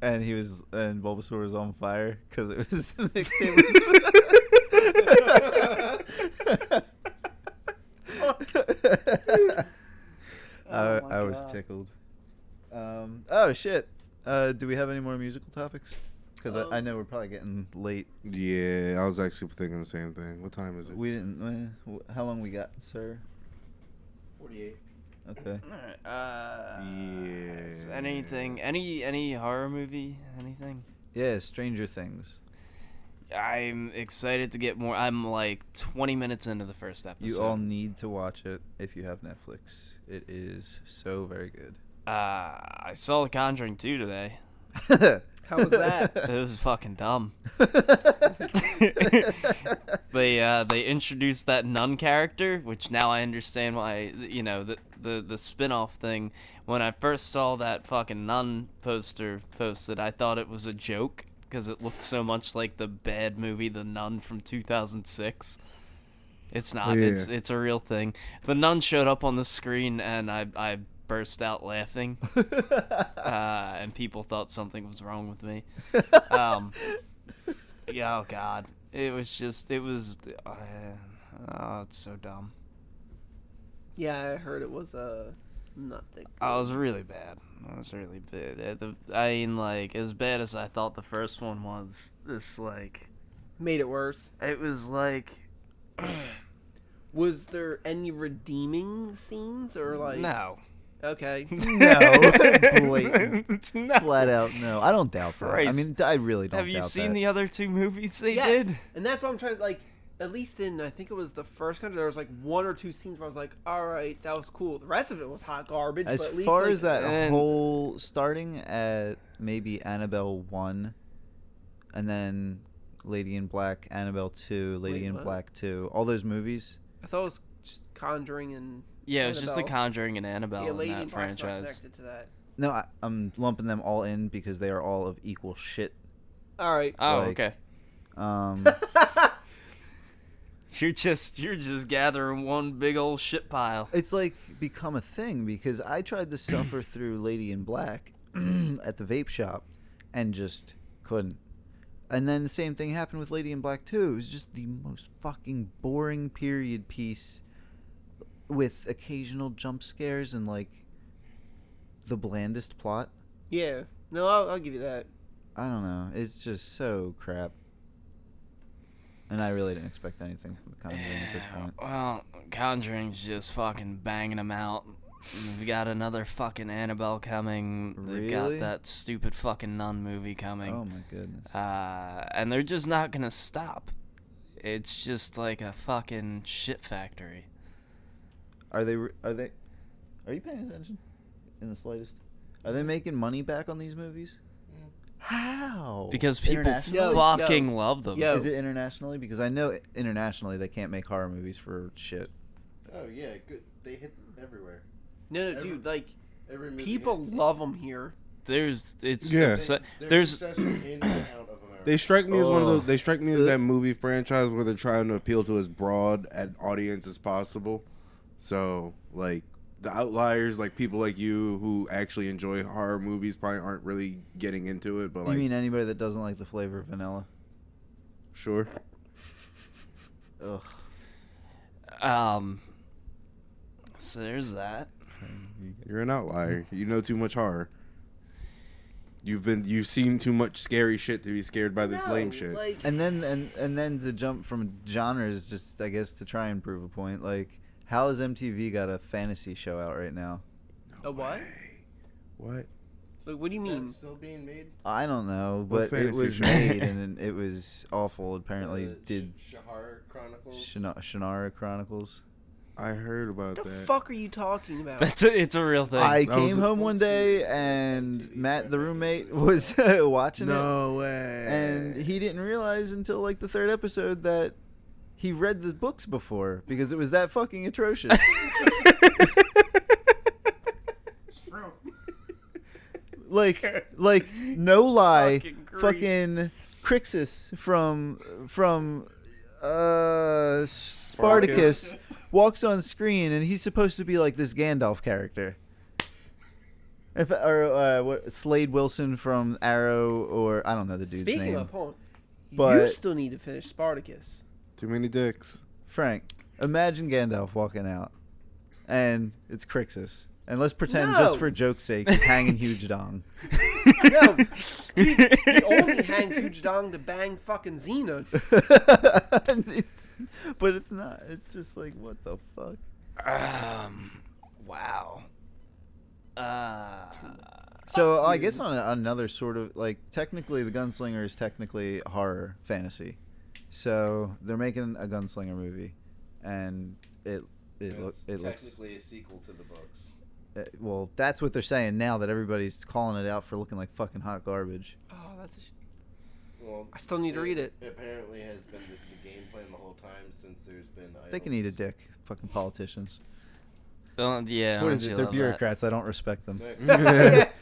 Speaker 3: And he was, and Bulbasaur was on fire because it was the mixtape. Was
Speaker 5: Oh
Speaker 3: I,
Speaker 5: my
Speaker 3: I was
Speaker 5: God.
Speaker 3: tickled. Um, oh shit! Uh, do we have any more musical topics? Because I, I
Speaker 5: Um,
Speaker 3: know we're probably getting late.
Speaker 7: Yeah, I was actually thinking the same thing. What time is it?
Speaker 3: We didn't. eh, wh- how long we got, sir?
Speaker 5: 48.
Speaker 3: Okay.
Speaker 6: Alright, uh,
Speaker 7: yeah.
Speaker 6: so anything? Any any horror movie? Anything?
Speaker 3: Yeah, Stranger Things.
Speaker 6: I'm excited to get more. I'm like 20 minutes into the first episode.
Speaker 3: You all need to watch it if you have Netflix. It is so very good.
Speaker 6: Uh, I saw The Conjuring 2 today.
Speaker 5: How was that?
Speaker 6: It was fucking dumb. they uh, they introduced that nun character, which now I understand why you know the the the spin-off thing. When I first saw that fucking nun poster posted, I thought it was a joke because it looked so much like the bad movie The Nun from 2006. It's not.
Speaker 7: Yeah.
Speaker 6: It's it's a real thing. The nun showed up on the screen and I I burst out laughing. uh, and people thought something was wrong with me. Um, yeah, oh god, it was just it was. Uh, oh, it's so dumb.
Speaker 5: Yeah, I heard it was uh, not that good.
Speaker 6: I Oh, was really bad. I was really bad. Uh, the- I mean, like as bad as I thought the first one was. This like
Speaker 5: Made it worse.
Speaker 6: it was like
Speaker 5: Was there any redeeming scenes or like?
Speaker 6: no,
Speaker 5: Okay.
Speaker 3: no, Oh, blatant,
Speaker 6: it's not.
Speaker 3: flat out no. I don't doubt that.
Speaker 6: Christ.
Speaker 3: I mean, I really don't.
Speaker 6: Have you
Speaker 3: doubt
Speaker 6: seen
Speaker 3: that.
Speaker 6: the other two movies they
Speaker 5: yes.
Speaker 6: did?
Speaker 5: And that's what I'm trying to like. At least in I think it was the first country, there was like one or two scenes where I was like, "All right, that was cool." The rest of it was hot garbage.
Speaker 3: As
Speaker 5: but at least,
Speaker 3: far
Speaker 5: like,
Speaker 3: as that
Speaker 6: And-
Speaker 3: whole starting at maybe Annabelle one, and then Lady in Black, Annabelle two, Lady
Speaker 5: Wait,
Speaker 3: in
Speaker 5: what?
Speaker 3: Black two, all those movies.
Speaker 5: I thought it was just Conjuring and
Speaker 6: Yeah, it was just The
Speaker 5: Annabelle.
Speaker 6: Conjuring Oh, and Annabelle
Speaker 5: yeah,
Speaker 6: in
Speaker 5: Lady
Speaker 6: that
Speaker 5: in Black's not
Speaker 6: franchise.
Speaker 5: connected to that.
Speaker 3: No, I, I'm lumping them all in because they are all of equal shit.
Speaker 5: All right.
Speaker 6: Oh,
Speaker 3: Like-
Speaker 6: okay.
Speaker 3: Um,
Speaker 6: You're just you're just gathering one big old shit pile.
Speaker 3: it's like become a thing because I tried to suffer through Lady in Black at the vape shop and just couldn't. And then the same thing happened with Lady in Black 2. It was just the most fucking boring period piece with occasional jump scares and like the blandest plot.
Speaker 5: yeah. No, I'll, I'll give you that.
Speaker 3: I don't know. It's just so crap. And I really didn't expect anything from the Conjuring at this point.
Speaker 6: Well, Conjuring's just fucking banging them out. We've got another fucking Annabelle coming. They've
Speaker 3: Really?
Speaker 6: got that stupid fucking nun movie coming.
Speaker 3: Oh my goodness.
Speaker 6: uh, and they're just not gonna stop. It's just like a fucking shit factory.
Speaker 3: Are they? re- Are they? Are you paying attention? In the slightest. Are they making money back on these movies? How?
Speaker 6: Because people
Speaker 3: International-
Speaker 5: Yo,
Speaker 6: fucking
Speaker 5: yo,
Speaker 6: love them.
Speaker 5: yo.
Speaker 3: Is it internationally? Because I know i- internationally they can't make horror movies for shit.
Speaker 7: Oh yeah, good. They hit everywhere.
Speaker 5: No, no,
Speaker 7: Every-
Speaker 5: dude. Like
Speaker 7: Every
Speaker 5: people love them here.
Speaker 6: There's it's
Speaker 4: Yeah.
Speaker 6: obs- there's
Speaker 7: They strike me as one of
Speaker 3: Oh.
Speaker 7: those. They strike me as that movie franchise where they're trying to appeal to as broad an audience as possible. So like the outliers, like people like you who actually enjoy horror movies, probably aren't really getting into it. But like,
Speaker 3: you mean anybody that doesn't like the flavor of vanilla?
Speaker 7: sure,
Speaker 3: Ugh.
Speaker 6: um. So there's that.
Speaker 7: you're an outlier. You know too much horror. You've been you've seen too much scary shit to be scared by this lame shit.
Speaker 5: Like,
Speaker 3: And then and and then the jump from genres just I guess to try and prove a point. Like how has MTV got a fantasy show out right now?
Speaker 5: a what?
Speaker 7: what?
Speaker 5: Like, what do you mean?
Speaker 7: still being made?
Speaker 3: I don't know,
Speaker 7: What
Speaker 3: but it
Speaker 7: fantasy
Speaker 3: was
Speaker 7: show?
Speaker 3: made and it was awful. Apparently, did
Speaker 7: Shahar Chronicles?
Speaker 3: Shana- Shannara Chronicles.
Speaker 7: I heard about
Speaker 5: The
Speaker 7: that.
Speaker 5: fuck are you talking about?
Speaker 6: That's a, it's a real thing.
Speaker 3: I
Speaker 7: That was
Speaker 3: came
Speaker 7: a-
Speaker 3: home one day and Matt, the roommate, was watching
Speaker 7: No
Speaker 3: it,
Speaker 7: way.
Speaker 3: and he didn't realize until like the third episode that he read the books before because it was that fucking atrocious.
Speaker 5: It's true.
Speaker 3: like, like no lie,
Speaker 6: Fucking grief.
Speaker 3: fucking, Crixus from from uh Spartacus walks on screen and he's supposed to be like this Gandalf character. If, or uh, what, Slade Wilson from Arrow, or I don't know the dude's
Speaker 5: Speaking
Speaker 3: name.
Speaker 5: of, hold on. you
Speaker 3: But-
Speaker 5: still need to finish Spartacus.
Speaker 7: Too many dicks.
Speaker 3: Frank, imagine Gandalf walking out, and it's Crixus. And let's pretend
Speaker 5: No.
Speaker 3: just for joke's sake, he's hanging huge dong.
Speaker 5: No, he, he only hangs Hujdong to bang fucking Xena.
Speaker 3: And it's- but it's not. It's just like what the fuck.
Speaker 6: Um, wow. Uh,
Speaker 3: So I guess on a, another sort of like technically the gunslinger is technically horror fantasy. So they're making a gunslinger movie, and it it looks it looks
Speaker 7: a sequel to the books.
Speaker 3: uh, well. That's what they're saying now that everybody's calling it out for looking like fucking hot garbage.
Speaker 5: Oh, that's a sh-
Speaker 7: Well,
Speaker 5: I still need to read it.
Speaker 7: Apparently, has been the, the game plan the whole time since there's been.
Speaker 3: They can eat a dick, fucking politicians.
Speaker 6: so, yeah.
Speaker 3: What
Speaker 6: don't
Speaker 3: is
Speaker 6: you
Speaker 3: it? They're
Speaker 6: love that?
Speaker 3: bureaucrats. I don't respect them.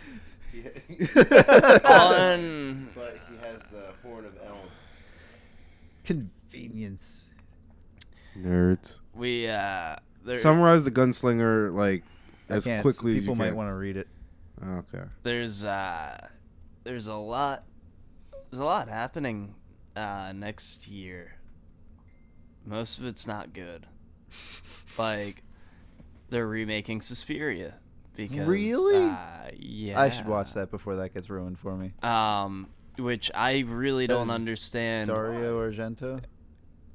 Speaker 6: On-
Speaker 7: but he has the horn of Elm.
Speaker 3: Convenience.
Speaker 7: Nerds.
Speaker 6: we uh, there,
Speaker 7: Summarize the gunslinger like as
Speaker 3: Can't-
Speaker 7: quickly as
Speaker 3: people
Speaker 7: you
Speaker 3: might
Speaker 7: can.
Speaker 3: want to read it.
Speaker 7: Okay.
Speaker 6: there's uh, there's a lot, there's a lot happening uh next year. Most of it's not good. Like, they're remaking Suspiria because
Speaker 3: Really?
Speaker 6: uh, yeah.
Speaker 3: I should watch that before that gets ruined for me.
Speaker 6: Um, which I really
Speaker 3: That
Speaker 6: don't
Speaker 3: was
Speaker 6: understand.
Speaker 3: Dario Argento,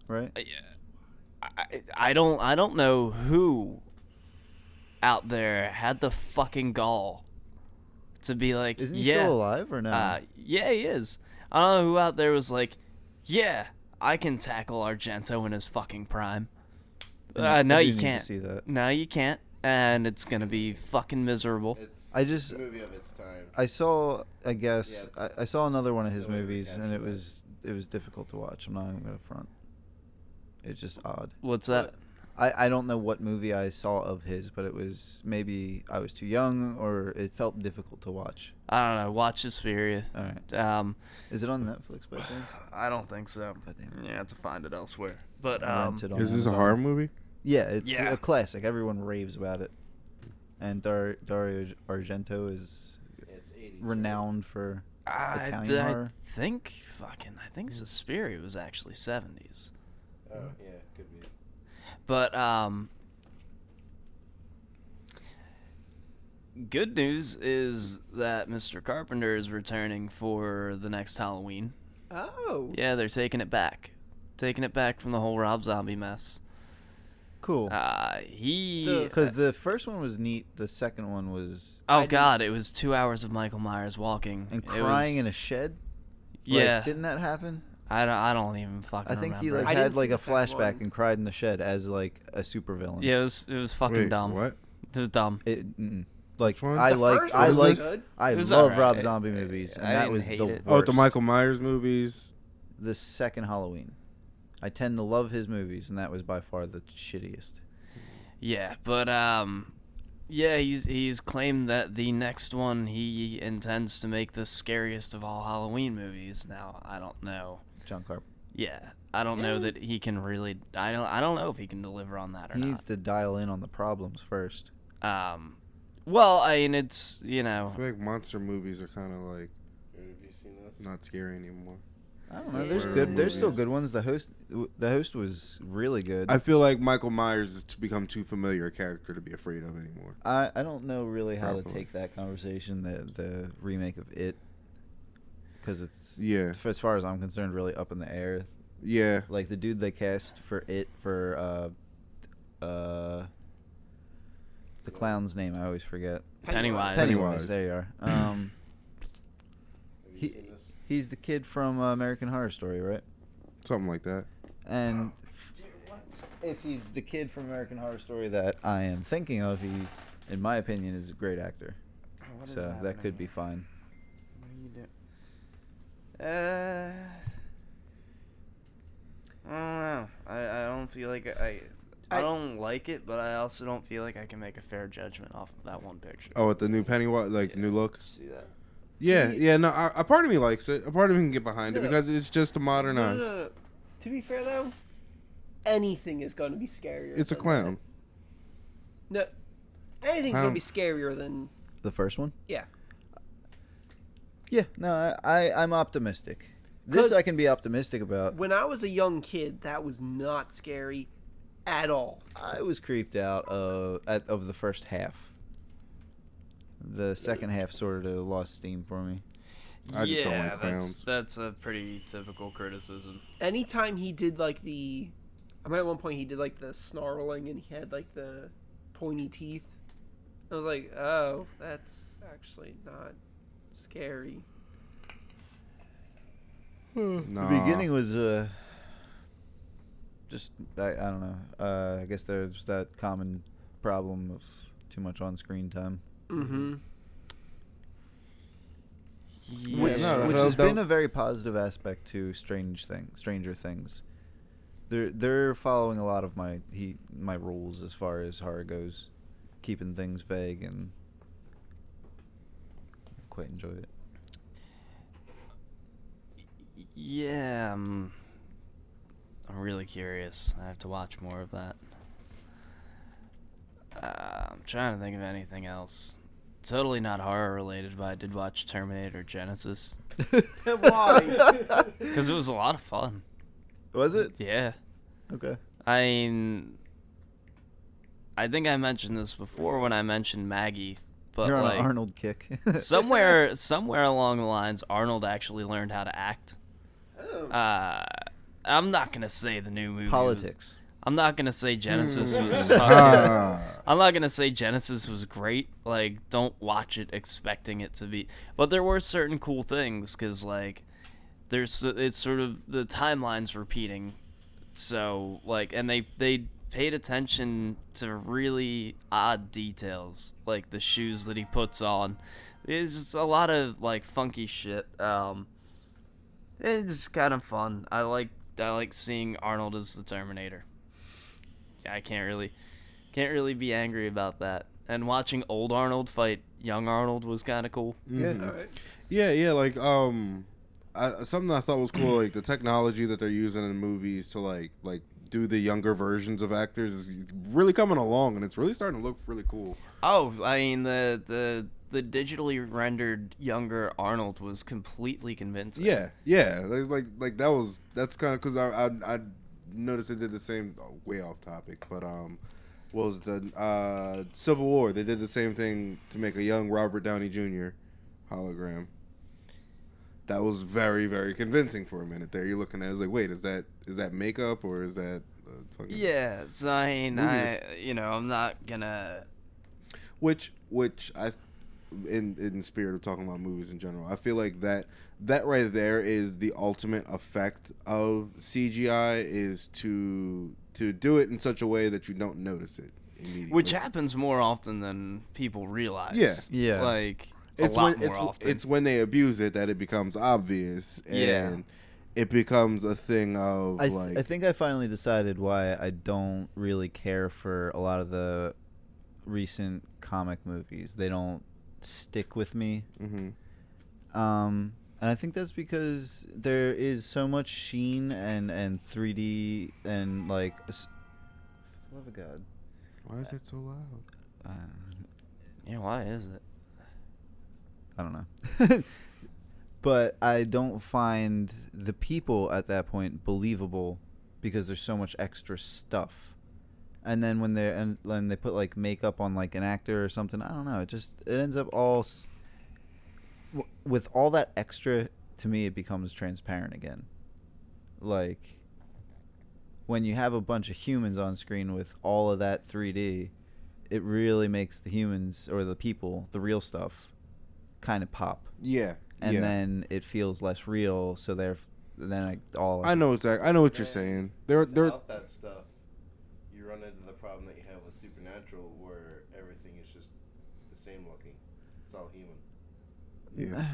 Speaker 3: right?
Speaker 6: Uh, I, I don't I don't know who out there had the fucking gall to be like
Speaker 3: Isn't he
Speaker 6: yeah
Speaker 3: still alive or no?
Speaker 6: uh, yeah he is I don't know who out there was like yeah I can tackle Argento in his fucking prime uh, no
Speaker 3: I do
Speaker 6: you
Speaker 3: need to
Speaker 6: can't
Speaker 3: see that.
Speaker 6: no you can't and it's gonna be fucking miserable
Speaker 7: It's
Speaker 3: I just
Speaker 7: movie of its time.
Speaker 3: I saw I guess
Speaker 7: Yeah, it's-
Speaker 3: I, I saw another one of his
Speaker 7: the way we
Speaker 3: movies and it
Speaker 7: calculate.
Speaker 3: was it was difficult to watch. I'm not even gonna front. It's just odd.
Speaker 6: what's that
Speaker 3: I, I don't know what movie I saw of his, but it was maybe I was too young or it felt difficult to watch.
Speaker 6: I don't know. Watch Suspiria.
Speaker 3: All right.
Speaker 6: Um,
Speaker 3: Is it on Netflix by chance?
Speaker 6: I don't think so.
Speaker 3: God damn it.
Speaker 6: Yeah, I have to find it elsewhere. But
Speaker 3: I
Speaker 6: um,
Speaker 3: rented on
Speaker 7: Is this a
Speaker 3: Amazon.
Speaker 7: horror movie?
Speaker 3: Yeah, it's
Speaker 6: Yeah.
Speaker 3: a classic. Everyone raves about it. And Dar- Dario Argento is renowned for
Speaker 6: I,
Speaker 3: Italian
Speaker 6: th- I
Speaker 3: horror. Hmm.
Speaker 6: think fucking I think Suspiria was actually seventies.
Speaker 7: Oh yeah, could be.
Speaker 6: But um good news is that Mr. Carpenter is returning for the next Halloween.
Speaker 5: Oh.
Speaker 6: Yeah, they're taking it back. Taking it back from the whole Rob Zombie mess.
Speaker 3: cool.
Speaker 6: Uh he
Speaker 3: Because the first one was neat, the second one was
Speaker 6: Oh god, it was 2 hours of Michael Myers walking
Speaker 3: and crying in a shed. Like,
Speaker 6: Yeah.
Speaker 3: didn't that happen?
Speaker 6: I don't I don't even fucking
Speaker 3: I think he
Speaker 6: remember.
Speaker 3: like
Speaker 5: I
Speaker 3: had
Speaker 5: didn't see
Speaker 3: like a
Speaker 5: the second
Speaker 3: flashback
Speaker 5: one.
Speaker 3: and cried in the shed as like a supervillain.
Speaker 6: Yeah, it was it was fucking
Speaker 7: Wait,
Speaker 6: dumb.
Speaker 7: what?
Speaker 6: It was dumb.
Speaker 3: It, mm, like
Speaker 7: one?
Speaker 3: I
Speaker 7: The
Speaker 3: like
Speaker 5: first
Speaker 3: I
Speaker 7: one
Speaker 3: like
Speaker 7: was
Speaker 5: good.
Speaker 3: I
Speaker 6: It was
Speaker 3: love
Speaker 6: alright.
Speaker 3: Rob
Speaker 6: I-
Speaker 3: Zombie movies, and
Speaker 6: I
Speaker 3: that
Speaker 6: didn't
Speaker 3: was
Speaker 6: hate
Speaker 3: the
Speaker 6: it.
Speaker 7: Oh, the
Speaker 3: worst.
Speaker 7: Michael Myers movies.
Speaker 3: the second Halloween. I tend to love his movies, and that was by far the shittiest.
Speaker 6: Yeah, but um, yeah, he's he's claimed that the next one he intends to make the scariest of all Halloween movies. Now I don't know.
Speaker 3: John Carpenter.
Speaker 6: Yeah, I don't know that he can really. I don't. I don't know if he can deliver on that or
Speaker 3: He
Speaker 6: not.
Speaker 3: needs to dial in on the problems first.
Speaker 6: Um, well, I mean, it's you know,
Speaker 7: I feel like monster movies are kind of like
Speaker 4: Have you seen this?
Speaker 7: not scary anymore.
Speaker 3: I don't know. There's
Speaker 7: Horror
Speaker 3: good. There's still
Speaker 7: movies.
Speaker 3: good ones. The host, the host was really good.
Speaker 7: I feel like Michael Myers has to become too familiar a character to be afraid of anymore.
Speaker 3: I, I don't know really how to
Speaker 7: Probably.
Speaker 3: take that conversation. The the remake of it, because it's
Speaker 7: Yeah.
Speaker 3: f- As far as I'm concerned, really up in the air.
Speaker 7: Yeah,
Speaker 3: Like the dude they cast for it for uh, uh, the clown's name I always forget.
Speaker 6: Pennywise.
Speaker 3: Pennywise.
Speaker 7: Pennywise.
Speaker 3: There you are. Um,
Speaker 4: Have
Speaker 3: He-
Speaker 4: you seen this?
Speaker 3: he's the kid from uh, American Horror Story, right?
Speaker 7: something like that.
Speaker 3: And if he's the kid from American Horror Story that I am thinking of, he, in my opinion, is a great actor.
Speaker 6: What is
Speaker 3: so that
Speaker 6: happening
Speaker 3: could be
Speaker 6: here?
Speaker 3: fine.
Speaker 6: What are you doing? Uh, I don't know. I, I don't feel like I, I
Speaker 5: I-
Speaker 6: don't like it, but I also don't feel like I can make a fair judgment off of that one picture.
Speaker 7: Oh, with the new Pennywise, like
Speaker 6: Yeah.
Speaker 7: new look.
Speaker 6: See that?
Speaker 7: Yeah, yeah. No, I, a part of me likes it. A part of me can get behind it
Speaker 5: Yeah.
Speaker 7: because it's just a
Speaker 5: No,
Speaker 7: modernized.
Speaker 5: no, no, no. To be fair though, anything is going to be scarier.
Speaker 7: It's a
Speaker 5: than-
Speaker 7: clown.
Speaker 5: No, anything's
Speaker 7: Clown.
Speaker 5: going to be scarier than
Speaker 3: The first one?
Speaker 5: yeah.
Speaker 3: Yeah, no, I, I I'm optimistic. This
Speaker 5: 'Cause-
Speaker 3: I can be optimistic about.
Speaker 5: When I was a young kid, that was not scary at all.
Speaker 3: I was creeped out uh, at, of the first half. The second half sort of lost steam for me.
Speaker 7: I just don't like
Speaker 6: that's-
Speaker 7: clowns.
Speaker 6: That's, a pretty typical criticism.
Speaker 5: Anytime he did like the, I remember at one point he did like the snarling and he had like the pointy teeth. I was like, oh, that's actually not scary.
Speaker 7: Nah.
Speaker 3: The beginning was uh, just I, I don't know. Uh, I guess there's that common problem of too much on screen time,
Speaker 5: Mm-hmm.
Speaker 3: which
Speaker 7: no,
Speaker 3: which
Speaker 7: no,
Speaker 3: has been a
Speaker 7: don't-
Speaker 3: very positive aspect to Strange Thing, Stranger Things. They're they're following a lot of my he my rules as far as horror goes, keeping things vague and quite enjoy it.
Speaker 6: Yeah, um, I'm really curious. I have to watch more of that. Uh, I'm trying to think of anything else. Totally not horror related, but I did watch Terminator Genesis
Speaker 5: Why?
Speaker 6: because it was a lot of fun.
Speaker 3: Was it
Speaker 6: Yeah,
Speaker 3: okay?
Speaker 6: I mean, I think I mentioned this before when I mentioned Maggie, but
Speaker 3: You're on
Speaker 6: like
Speaker 3: an Arnold kick.
Speaker 6: somewhere somewhere along the lines, Arnold actually learned how to act. Uh, I'm not gonna say the new movie. was-
Speaker 3: Politics.
Speaker 6: I'm not gonna say Genesis was.
Speaker 7: Ah.
Speaker 6: I'm not gonna say Genesis was great. Like, don't watch it expecting it to be. But there were certain cool things because like, there's it's sort of the timelines repeating. So like, and they they paid attention to really odd details, like the shoes that he puts on. It's just a lot of like funky shit. Um, it's just kind of fun. I like I like seeing Arnold as the Terminator. I can't really can't really be angry about that. And watching old Arnold fight young Arnold was kind of cool.
Speaker 5: All right.
Speaker 7: Yeah, yeah, like um, I, something I thought was cool, like the technology that they're using in movies to like like do the younger versions of actors is it's really coming along, and it's really starting to look really cool.
Speaker 6: Oh, I mean the the the digitally rendered younger Arnold was completely convincing.
Speaker 7: Yeah, yeah, like like, like that was that's kind of because I, I I noticed they did the same uh, way off topic, but um. What was it, the uh, Civil War? They did the same thing to make a young Robert Downey Jr. hologram. That was very, very convincing for a minute. There, you're looking at it, it's like, wait, is that is that makeup or is that uh, fucking
Speaker 6: Yeah, so I mean,
Speaker 7: Movie.
Speaker 6: I you know I'm not gonna.
Speaker 7: which which I in in spirit of talking about movies in general, I feel like that that right there is the ultimate effect of CGI is to to do it in such a way that you don't notice it immediately.
Speaker 6: Which happens more often than people realize.
Speaker 7: Yeah.
Speaker 3: Yeah.
Speaker 6: Like a
Speaker 7: it's
Speaker 6: lot
Speaker 7: when
Speaker 6: more
Speaker 7: it's,
Speaker 6: often.
Speaker 7: it's when they abuse it that it becomes obvious and
Speaker 6: Yeah.
Speaker 7: it becomes a thing of
Speaker 3: I, th-
Speaker 7: like
Speaker 3: I think I finally decided why I don't really care for a lot of the recent comic movies. They don't stick with me.
Speaker 7: hmm
Speaker 3: Um, and I think that's because there is so much sheen and, and 3D and like. s- Love of God.
Speaker 7: why is it so loud?
Speaker 3: Um,
Speaker 6: yeah, why is it?
Speaker 3: I don't know. but I don't find the people at that point believable because there's so much extra stuff. And then when they're and when they put like makeup on like an actor or something, I don't know. It just it ends up all s- w- with all that extra. To me, it becomes transparent again. Like when you have a bunch of humans on screen with all of that 3D, it really makes the humans or the people, the real stuff, kind of pop
Speaker 7: Yeah,
Speaker 3: and
Speaker 7: yeah.
Speaker 3: then it feels less real. So they're then I all
Speaker 7: I know exactly. I know what you're saying. There, there.
Speaker 8: without that stuff, you run into the problem that you have with Supernatural, where everything is just the same looking. It's all human.
Speaker 7: Yeah.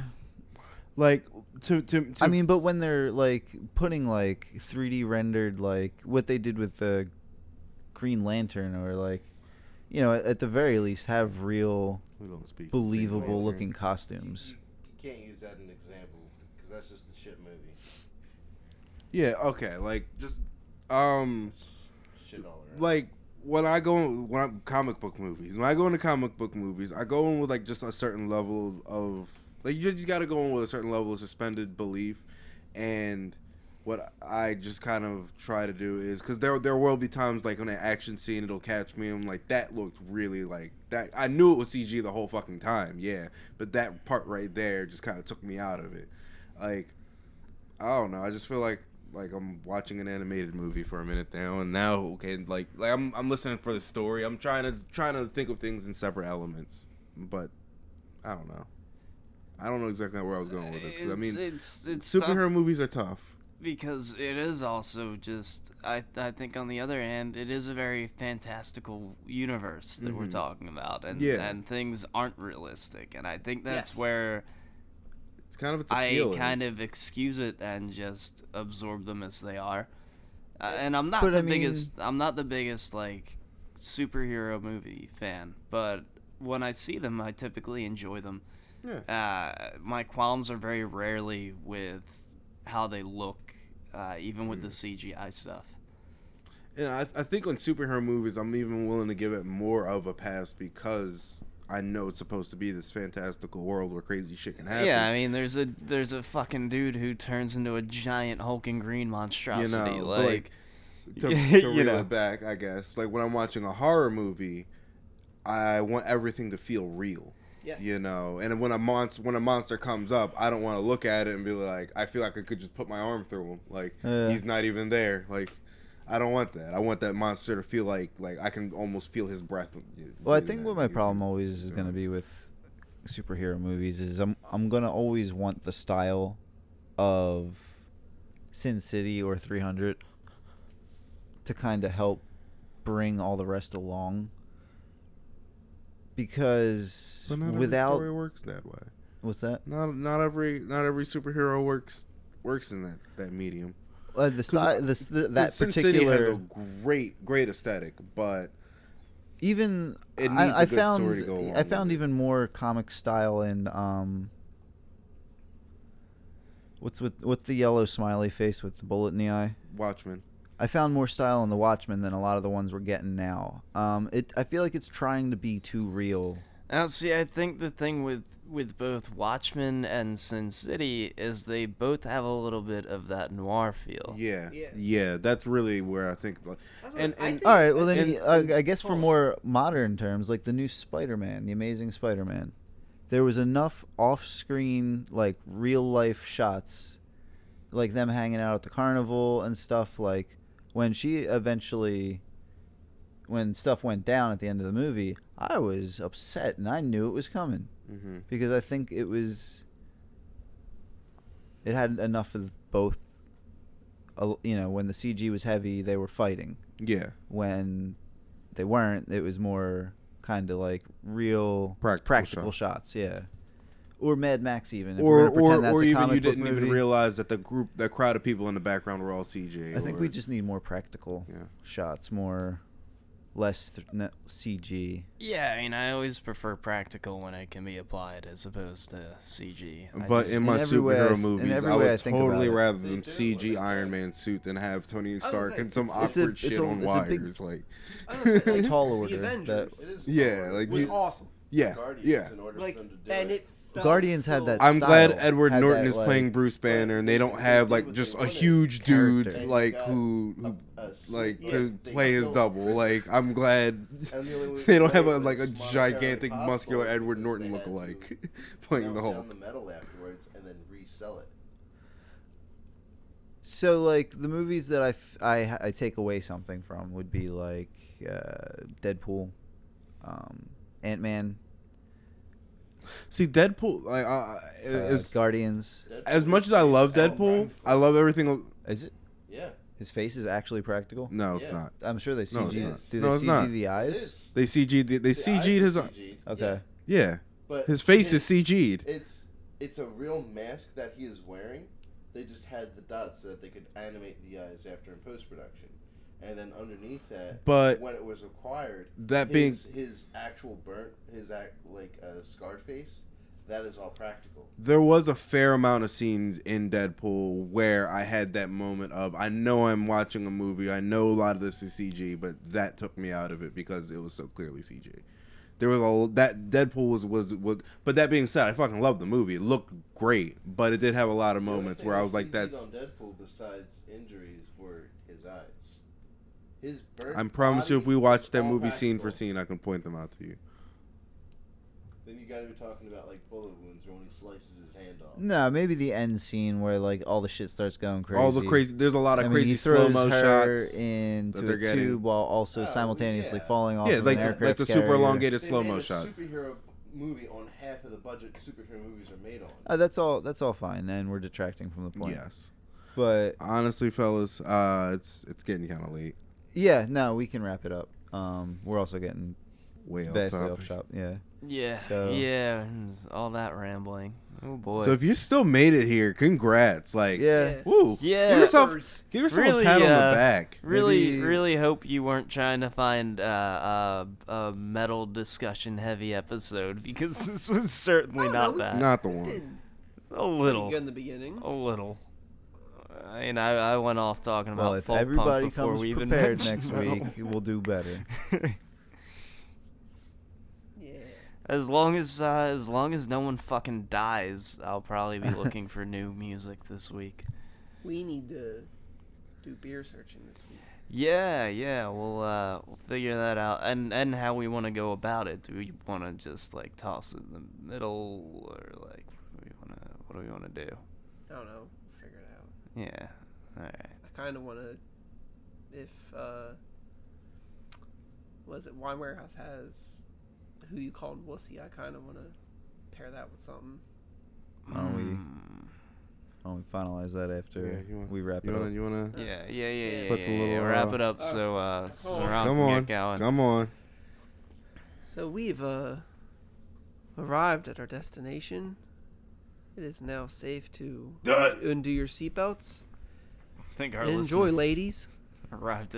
Speaker 7: Like to to, to
Speaker 3: I mean, but when they're like putting like 3D rendered like what they did with the Green Lantern or like you know at the very least have real
Speaker 7: we don't speak
Speaker 3: believable looking costumes.
Speaker 8: You can't use that as an example because that's just a shit movie.
Speaker 7: Yeah. Okay. Like just um
Speaker 8: Shit all around.
Speaker 7: like when I go when I'm comic book movies when I go into comic book movies I go in with like just a certain level of like you just got to go in with a certain level of suspended belief and what I just kind of try to do is because there there will be times like on an action scene it'll catch me and I'm like that looked really like that I knew it was CG the whole fucking time yeah but that part right there just kind of took me out of it like I don't know I just feel like like I'm watching an animated movie for a minute now and now okay like like I'm I'm listening for the story I'm trying to trying to think of things in separate elements but I don't know I don't know exactly where I was going with this 'cause I mean
Speaker 6: it's it's tough
Speaker 7: superhero movies are tough.
Speaker 6: because it is also just I I think on the other hand it is a very fantastical universe that we're talking about and
Speaker 7: Yeah.
Speaker 6: and things aren't realistic and I think that's
Speaker 5: Yes.
Speaker 6: where
Speaker 7: It's kind of its
Speaker 6: I
Speaker 7: appeal.
Speaker 6: kind of excuse it and just absorb them as they are. Uh, and I'm not
Speaker 3: But
Speaker 6: the
Speaker 3: I mean-
Speaker 6: biggest I'm not the biggest like superhero movie fan, but when I see them I typically enjoy them. Uh, my qualms are very rarely with how they look, uh, even with
Speaker 3: Hmm.
Speaker 6: the CGI stuff.
Speaker 7: and I, I think on superhero movies, I'm even willing to give it more of a pass because I know it's supposed to be this fantastical world where crazy shit can happen.
Speaker 6: Yeah, I mean, there's a there's a fucking dude who turns into a giant hulking green monstrosity.
Speaker 7: but,
Speaker 6: like,
Speaker 7: like, to, to
Speaker 6: You
Speaker 7: reel
Speaker 6: know.
Speaker 7: it back, I guess. Like when I'm watching a horror movie, I want everything to feel real.
Speaker 5: Yes.
Speaker 7: You know, and when a monster when a monster comes up, I don't want to look at it and be like, I feel like I could just put my arm through him. Like
Speaker 3: Yeah.
Speaker 7: he's not even there. Like I don't want that. I want that monster to feel like like I can almost feel his breath.
Speaker 3: Well, I think what my
Speaker 7: He's-
Speaker 3: problem always is
Speaker 7: so-
Speaker 3: going to be with superhero movies is I'm I'm going to always want the style of Sin City or 300 to kind of help bring all the rest along because
Speaker 7: But not every story
Speaker 3: without
Speaker 7: works that way.
Speaker 3: what's that
Speaker 7: Not not every not every superhero works works in that that medium.
Speaker 3: uh, the style, this the, that
Speaker 7: Sin City
Speaker 3: particular
Speaker 7: has a great, great aesthetic, but
Speaker 3: even
Speaker 7: It needs
Speaker 3: I,
Speaker 7: a
Speaker 3: I
Speaker 7: good
Speaker 3: found
Speaker 7: story to go along
Speaker 3: I
Speaker 7: with
Speaker 3: found
Speaker 7: it.
Speaker 3: even more comic style in um. What's with what's the yellow smiley face with the bullet in the eye?
Speaker 7: Watchmen.
Speaker 3: I found more style in the Watchmen than a lot of the ones we're getting now. Um, it I feel like it's trying to be too real.
Speaker 6: Now, see, I think the thing with with both Watchmen and Sin City is they both have a little bit of that noir feel.
Speaker 7: Yeah,
Speaker 5: Yeah.
Speaker 7: yeah, that's really where I think. Like,
Speaker 5: That's what
Speaker 7: and
Speaker 5: I
Speaker 7: and
Speaker 5: think-
Speaker 3: All right, well then
Speaker 5: And-
Speaker 3: you- I, I guess for more modern terms, like the new Spider-Man, the Amazing Spider-Man, there was enough off-screen like real-life shots, like them hanging out at the carnival and stuff. Like when she eventually, when stuff went down at the end of the movie, I was upset and I knew it was coming
Speaker 7: Mhm.
Speaker 3: because I think it was. It had enough of both. uh, You know, when the CG was heavy, they were fighting
Speaker 7: yeah,
Speaker 3: when they weren't, it was more kind of like real
Speaker 7: Practical
Speaker 3: shots. Yeah, or Mad Max even. If we're
Speaker 7: or
Speaker 3: gonna pretend
Speaker 7: or,
Speaker 3: that's
Speaker 7: or
Speaker 3: a
Speaker 7: even
Speaker 3: comic
Speaker 7: you
Speaker 3: book
Speaker 7: didn't even
Speaker 3: movie,
Speaker 7: realize that the group, that crowd of people in the background were all CG.
Speaker 3: I think
Speaker 7: or-
Speaker 3: we just need more practical
Speaker 7: Yeah.
Speaker 3: shots, more less th- no- CG.
Speaker 6: Yeah, I mean, I always prefer practical when it can be applied as opposed to CG. I
Speaker 7: But
Speaker 6: just-
Speaker 7: in my
Speaker 3: in every way I s-
Speaker 7: superhero
Speaker 3: in
Speaker 7: movies,
Speaker 3: every
Speaker 7: I
Speaker 3: way
Speaker 7: would
Speaker 3: I think about
Speaker 7: totally
Speaker 3: it.
Speaker 7: rather
Speaker 8: They
Speaker 7: them
Speaker 8: do,
Speaker 7: CG
Speaker 8: like-
Speaker 7: Iron Man suit than have Tony
Speaker 5: was
Speaker 7: Stark
Speaker 5: like,
Speaker 7: and some
Speaker 5: it's-
Speaker 3: it's a-
Speaker 7: awkward
Speaker 3: it's
Speaker 7: shit
Speaker 3: a-
Speaker 7: on
Speaker 3: it's a big-
Speaker 7: wires. Like,
Speaker 5: I was gonna say,
Speaker 3: It's all over
Speaker 5: the
Speaker 3: that-
Speaker 5: Avengers
Speaker 8: It is
Speaker 7: Yeah, like
Speaker 8: it was
Speaker 7: you-
Speaker 5: awesome.
Speaker 7: yeah,
Speaker 8: Guardians
Speaker 7: yeah.
Speaker 8: in order
Speaker 5: Like
Speaker 8: for them to do
Speaker 5: and
Speaker 8: it.
Speaker 5: it. felt
Speaker 3: Guardians had
Speaker 5: so-
Speaker 3: that
Speaker 7: I'm glad
Speaker 3: style
Speaker 7: Edward
Speaker 3: had
Speaker 7: Norton
Speaker 3: that,
Speaker 7: is
Speaker 3: like-
Speaker 7: playing Bruce Banner, and they don't have like just a huge
Speaker 3: Character.
Speaker 7: dude like who, who Mm. like to play his double. Like I'm glad
Speaker 8: And the only way
Speaker 7: they
Speaker 8: to
Speaker 7: don't
Speaker 8: play
Speaker 7: have a
Speaker 8: was
Speaker 7: like a
Speaker 8: monetarily
Speaker 7: gigantic
Speaker 8: possible
Speaker 7: muscular Edward
Speaker 8: because
Speaker 7: Norton
Speaker 8: they had
Speaker 7: lookalike
Speaker 8: to
Speaker 7: playing
Speaker 8: melt
Speaker 7: the
Speaker 8: down
Speaker 7: Hulk.
Speaker 8: the metal afterwards and then resell it.
Speaker 3: So like the movies that I, f- I, I take away something from would be like uh, Deadpool, um, Ant Man,
Speaker 7: See, Deadpool like uh,
Speaker 3: uh,
Speaker 7: as
Speaker 3: Guardians.
Speaker 8: Deadpool
Speaker 7: as
Speaker 8: is
Speaker 7: much as I love
Speaker 8: practical,
Speaker 7: Deadpool,
Speaker 8: practical.
Speaker 7: I love everything.
Speaker 3: Is it
Speaker 8: yeah,
Speaker 3: his face is actually practical?
Speaker 7: No, it's
Speaker 8: Yeah.
Speaker 7: not.
Speaker 3: I'm sure they
Speaker 7: No,
Speaker 3: CG.
Speaker 7: it's not.
Speaker 3: Do they
Speaker 7: No, it's
Speaker 3: CG
Speaker 7: not.
Speaker 3: the
Speaker 8: it
Speaker 3: eyes?
Speaker 8: is.
Speaker 7: They CG'd the, they
Speaker 8: The eyes
Speaker 7: CG'd
Speaker 8: are
Speaker 7: his
Speaker 8: CG'd,
Speaker 3: Okay.
Speaker 8: yeah,
Speaker 7: yeah.
Speaker 8: but
Speaker 7: His face is CG'd.
Speaker 8: It's it's a real mask that he is wearing. They just had the dots so that they could animate the eyes after in post production, and then underneath that,
Speaker 7: But-
Speaker 8: when it was required,
Speaker 7: That
Speaker 8: his,
Speaker 7: being
Speaker 8: his actual burnt, his act like uh, scarred face, that is all practical.
Speaker 7: there was a fair amount of scenes in Deadpool where I had that moment of I know I'm watching a movie. I know a lot of this is CG, but that took me out of it because it was so clearly CG. There was a that Deadpool was was was. But that being said, I fucking love the movie. It looked great, but it did have a lot of
Speaker 8: The only
Speaker 7: moments
Speaker 8: thing
Speaker 7: where I
Speaker 8: we
Speaker 7: was like,
Speaker 8: CG'd
Speaker 7: "That's."
Speaker 8: on Deadpool. Besides injuries, were his eyes. His burnt.
Speaker 7: I promise you, if
Speaker 8: body
Speaker 7: we watch
Speaker 8: is
Speaker 7: that
Speaker 8: all
Speaker 7: movie scene for
Speaker 8: practical.
Speaker 7: scene, I can point them out to you.
Speaker 8: then you got to be talking about like bullet wounds or when he slices his hand off.
Speaker 3: No, maybe the end scene where like all the shit starts going crazy.
Speaker 7: All the crazy. There's a lot of
Speaker 3: I mean,
Speaker 7: crazy
Speaker 3: he throws
Speaker 7: slow mo
Speaker 3: her
Speaker 7: shots.
Speaker 3: into
Speaker 7: they're
Speaker 3: a
Speaker 7: getting.
Speaker 3: tube while also
Speaker 8: Oh,
Speaker 3: simultaneously
Speaker 8: yeah.
Speaker 3: falling off.
Speaker 7: yeah,
Speaker 3: of
Speaker 7: like
Speaker 3: an
Speaker 7: like
Speaker 3: aircraft
Speaker 7: the super
Speaker 3: carrier.
Speaker 7: elongated
Speaker 8: They
Speaker 7: slow
Speaker 8: made
Speaker 7: mo
Speaker 8: a
Speaker 7: shots.
Speaker 8: Superhero movie on half of the budget superhero movies are made on.
Speaker 3: Uh, that's all. That's all fine, and we're detracting from the point.
Speaker 7: Yes.
Speaker 3: but
Speaker 7: honestly fellas uh it's it's getting kind of late
Speaker 3: yeah, no, we can wrap it up. Um, we're also getting
Speaker 7: way off
Speaker 3: vastly off
Speaker 7: topic.
Speaker 3: shop. Yeah,
Speaker 6: yeah,
Speaker 3: so-
Speaker 6: yeah, all that rambling. Oh boy.
Speaker 7: so if you still made it here congrats like
Speaker 3: yeah.
Speaker 7: Woo,
Speaker 6: Yeah.
Speaker 7: give yourself
Speaker 5: Peppers.
Speaker 7: give yourself
Speaker 6: Really,
Speaker 7: a pat on
Speaker 6: uh,
Speaker 7: the back
Speaker 6: Really,
Speaker 3: Maybe-
Speaker 6: really hope you weren't trying to find uh, uh, a metal discussion heavy episode because this was certainly
Speaker 5: No, no,
Speaker 6: not
Speaker 5: we-
Speaker 6: that.
Speaker 7: not the
Speaker 5: It
Speaker 7: one
Speaker 5: did
Speaker 6: a
Speaker 5: pretty
Speaker 6: little,
Speaker 5: good in the beginning.
Speaker 6: a little. I mean, I, I went off talking about
Speaker 3: Well, if
Speaker 6: folk
Speaker 3: everybody
Speaker 6: punk before
Speaker 3: comes
Speaker 6: we even
Speaker 3: prepared next
Speaker 6: mentioned
Speaker 3: week,
Speaker 6: metal.
Speaker 3: we'll do better.
Speaker 5: Yeah.
Speaker 6: as long as uh, as long as no one fucking dies, I'll probably be looking for new music this week.
Speaker 5: We need to do beer searching this week.
Speaker 6: Yeah, yeah, we'll uh, we'll figure that out, and and how we want to go about it. Do we want to just like toss it in the middle, or like what do we want to what do we want to do?
Speaker 5: I don't know. Figure it out.
Speaker 6: Yeah, all right.
Speaker 5: I kind of want to. If uh, was it Wine Warehouse has who you called wussy? I kind of want to pair that with something.
Speaker 3: Why don't we-
Speaker 6: Mm.
Speaker 3: I'll finalize that after
Speaker 7: Yeah, you want-
Speaker 3: we wrap
Speaker 7: you
Speaker 3: it up.
Speaker 7: wanna, you wanna
Speaker 6: Yeah, yeah, yeah, yeah.
Speaker 7: Put
Speaker 6: yeah,
Speaker 7: the
Speaker 6: yeah,
Speaker 7: little,
Speaker 6: Wrap
Speaker 7: uh,
Speaker 6: it up
Speaker 5: Alright,
Speaker 6: so uh,
Speaker 5: let's
Speaker 6: so
Speaker 5: go.
Speaker 6: Ron
Speaker 7: come
Speaker 6: can get
Speaker 7: on
Speaker 6: going.
Speaker 7: come on
Speaker 5: So we've uh, arrived at our destination. It is now safe to undo your seatbelts
Speaker 6: think our
Speaker 5: Enjoy,
Speaker 6: listeners
Speaker 5: ladies.
Speaker 6: arrived at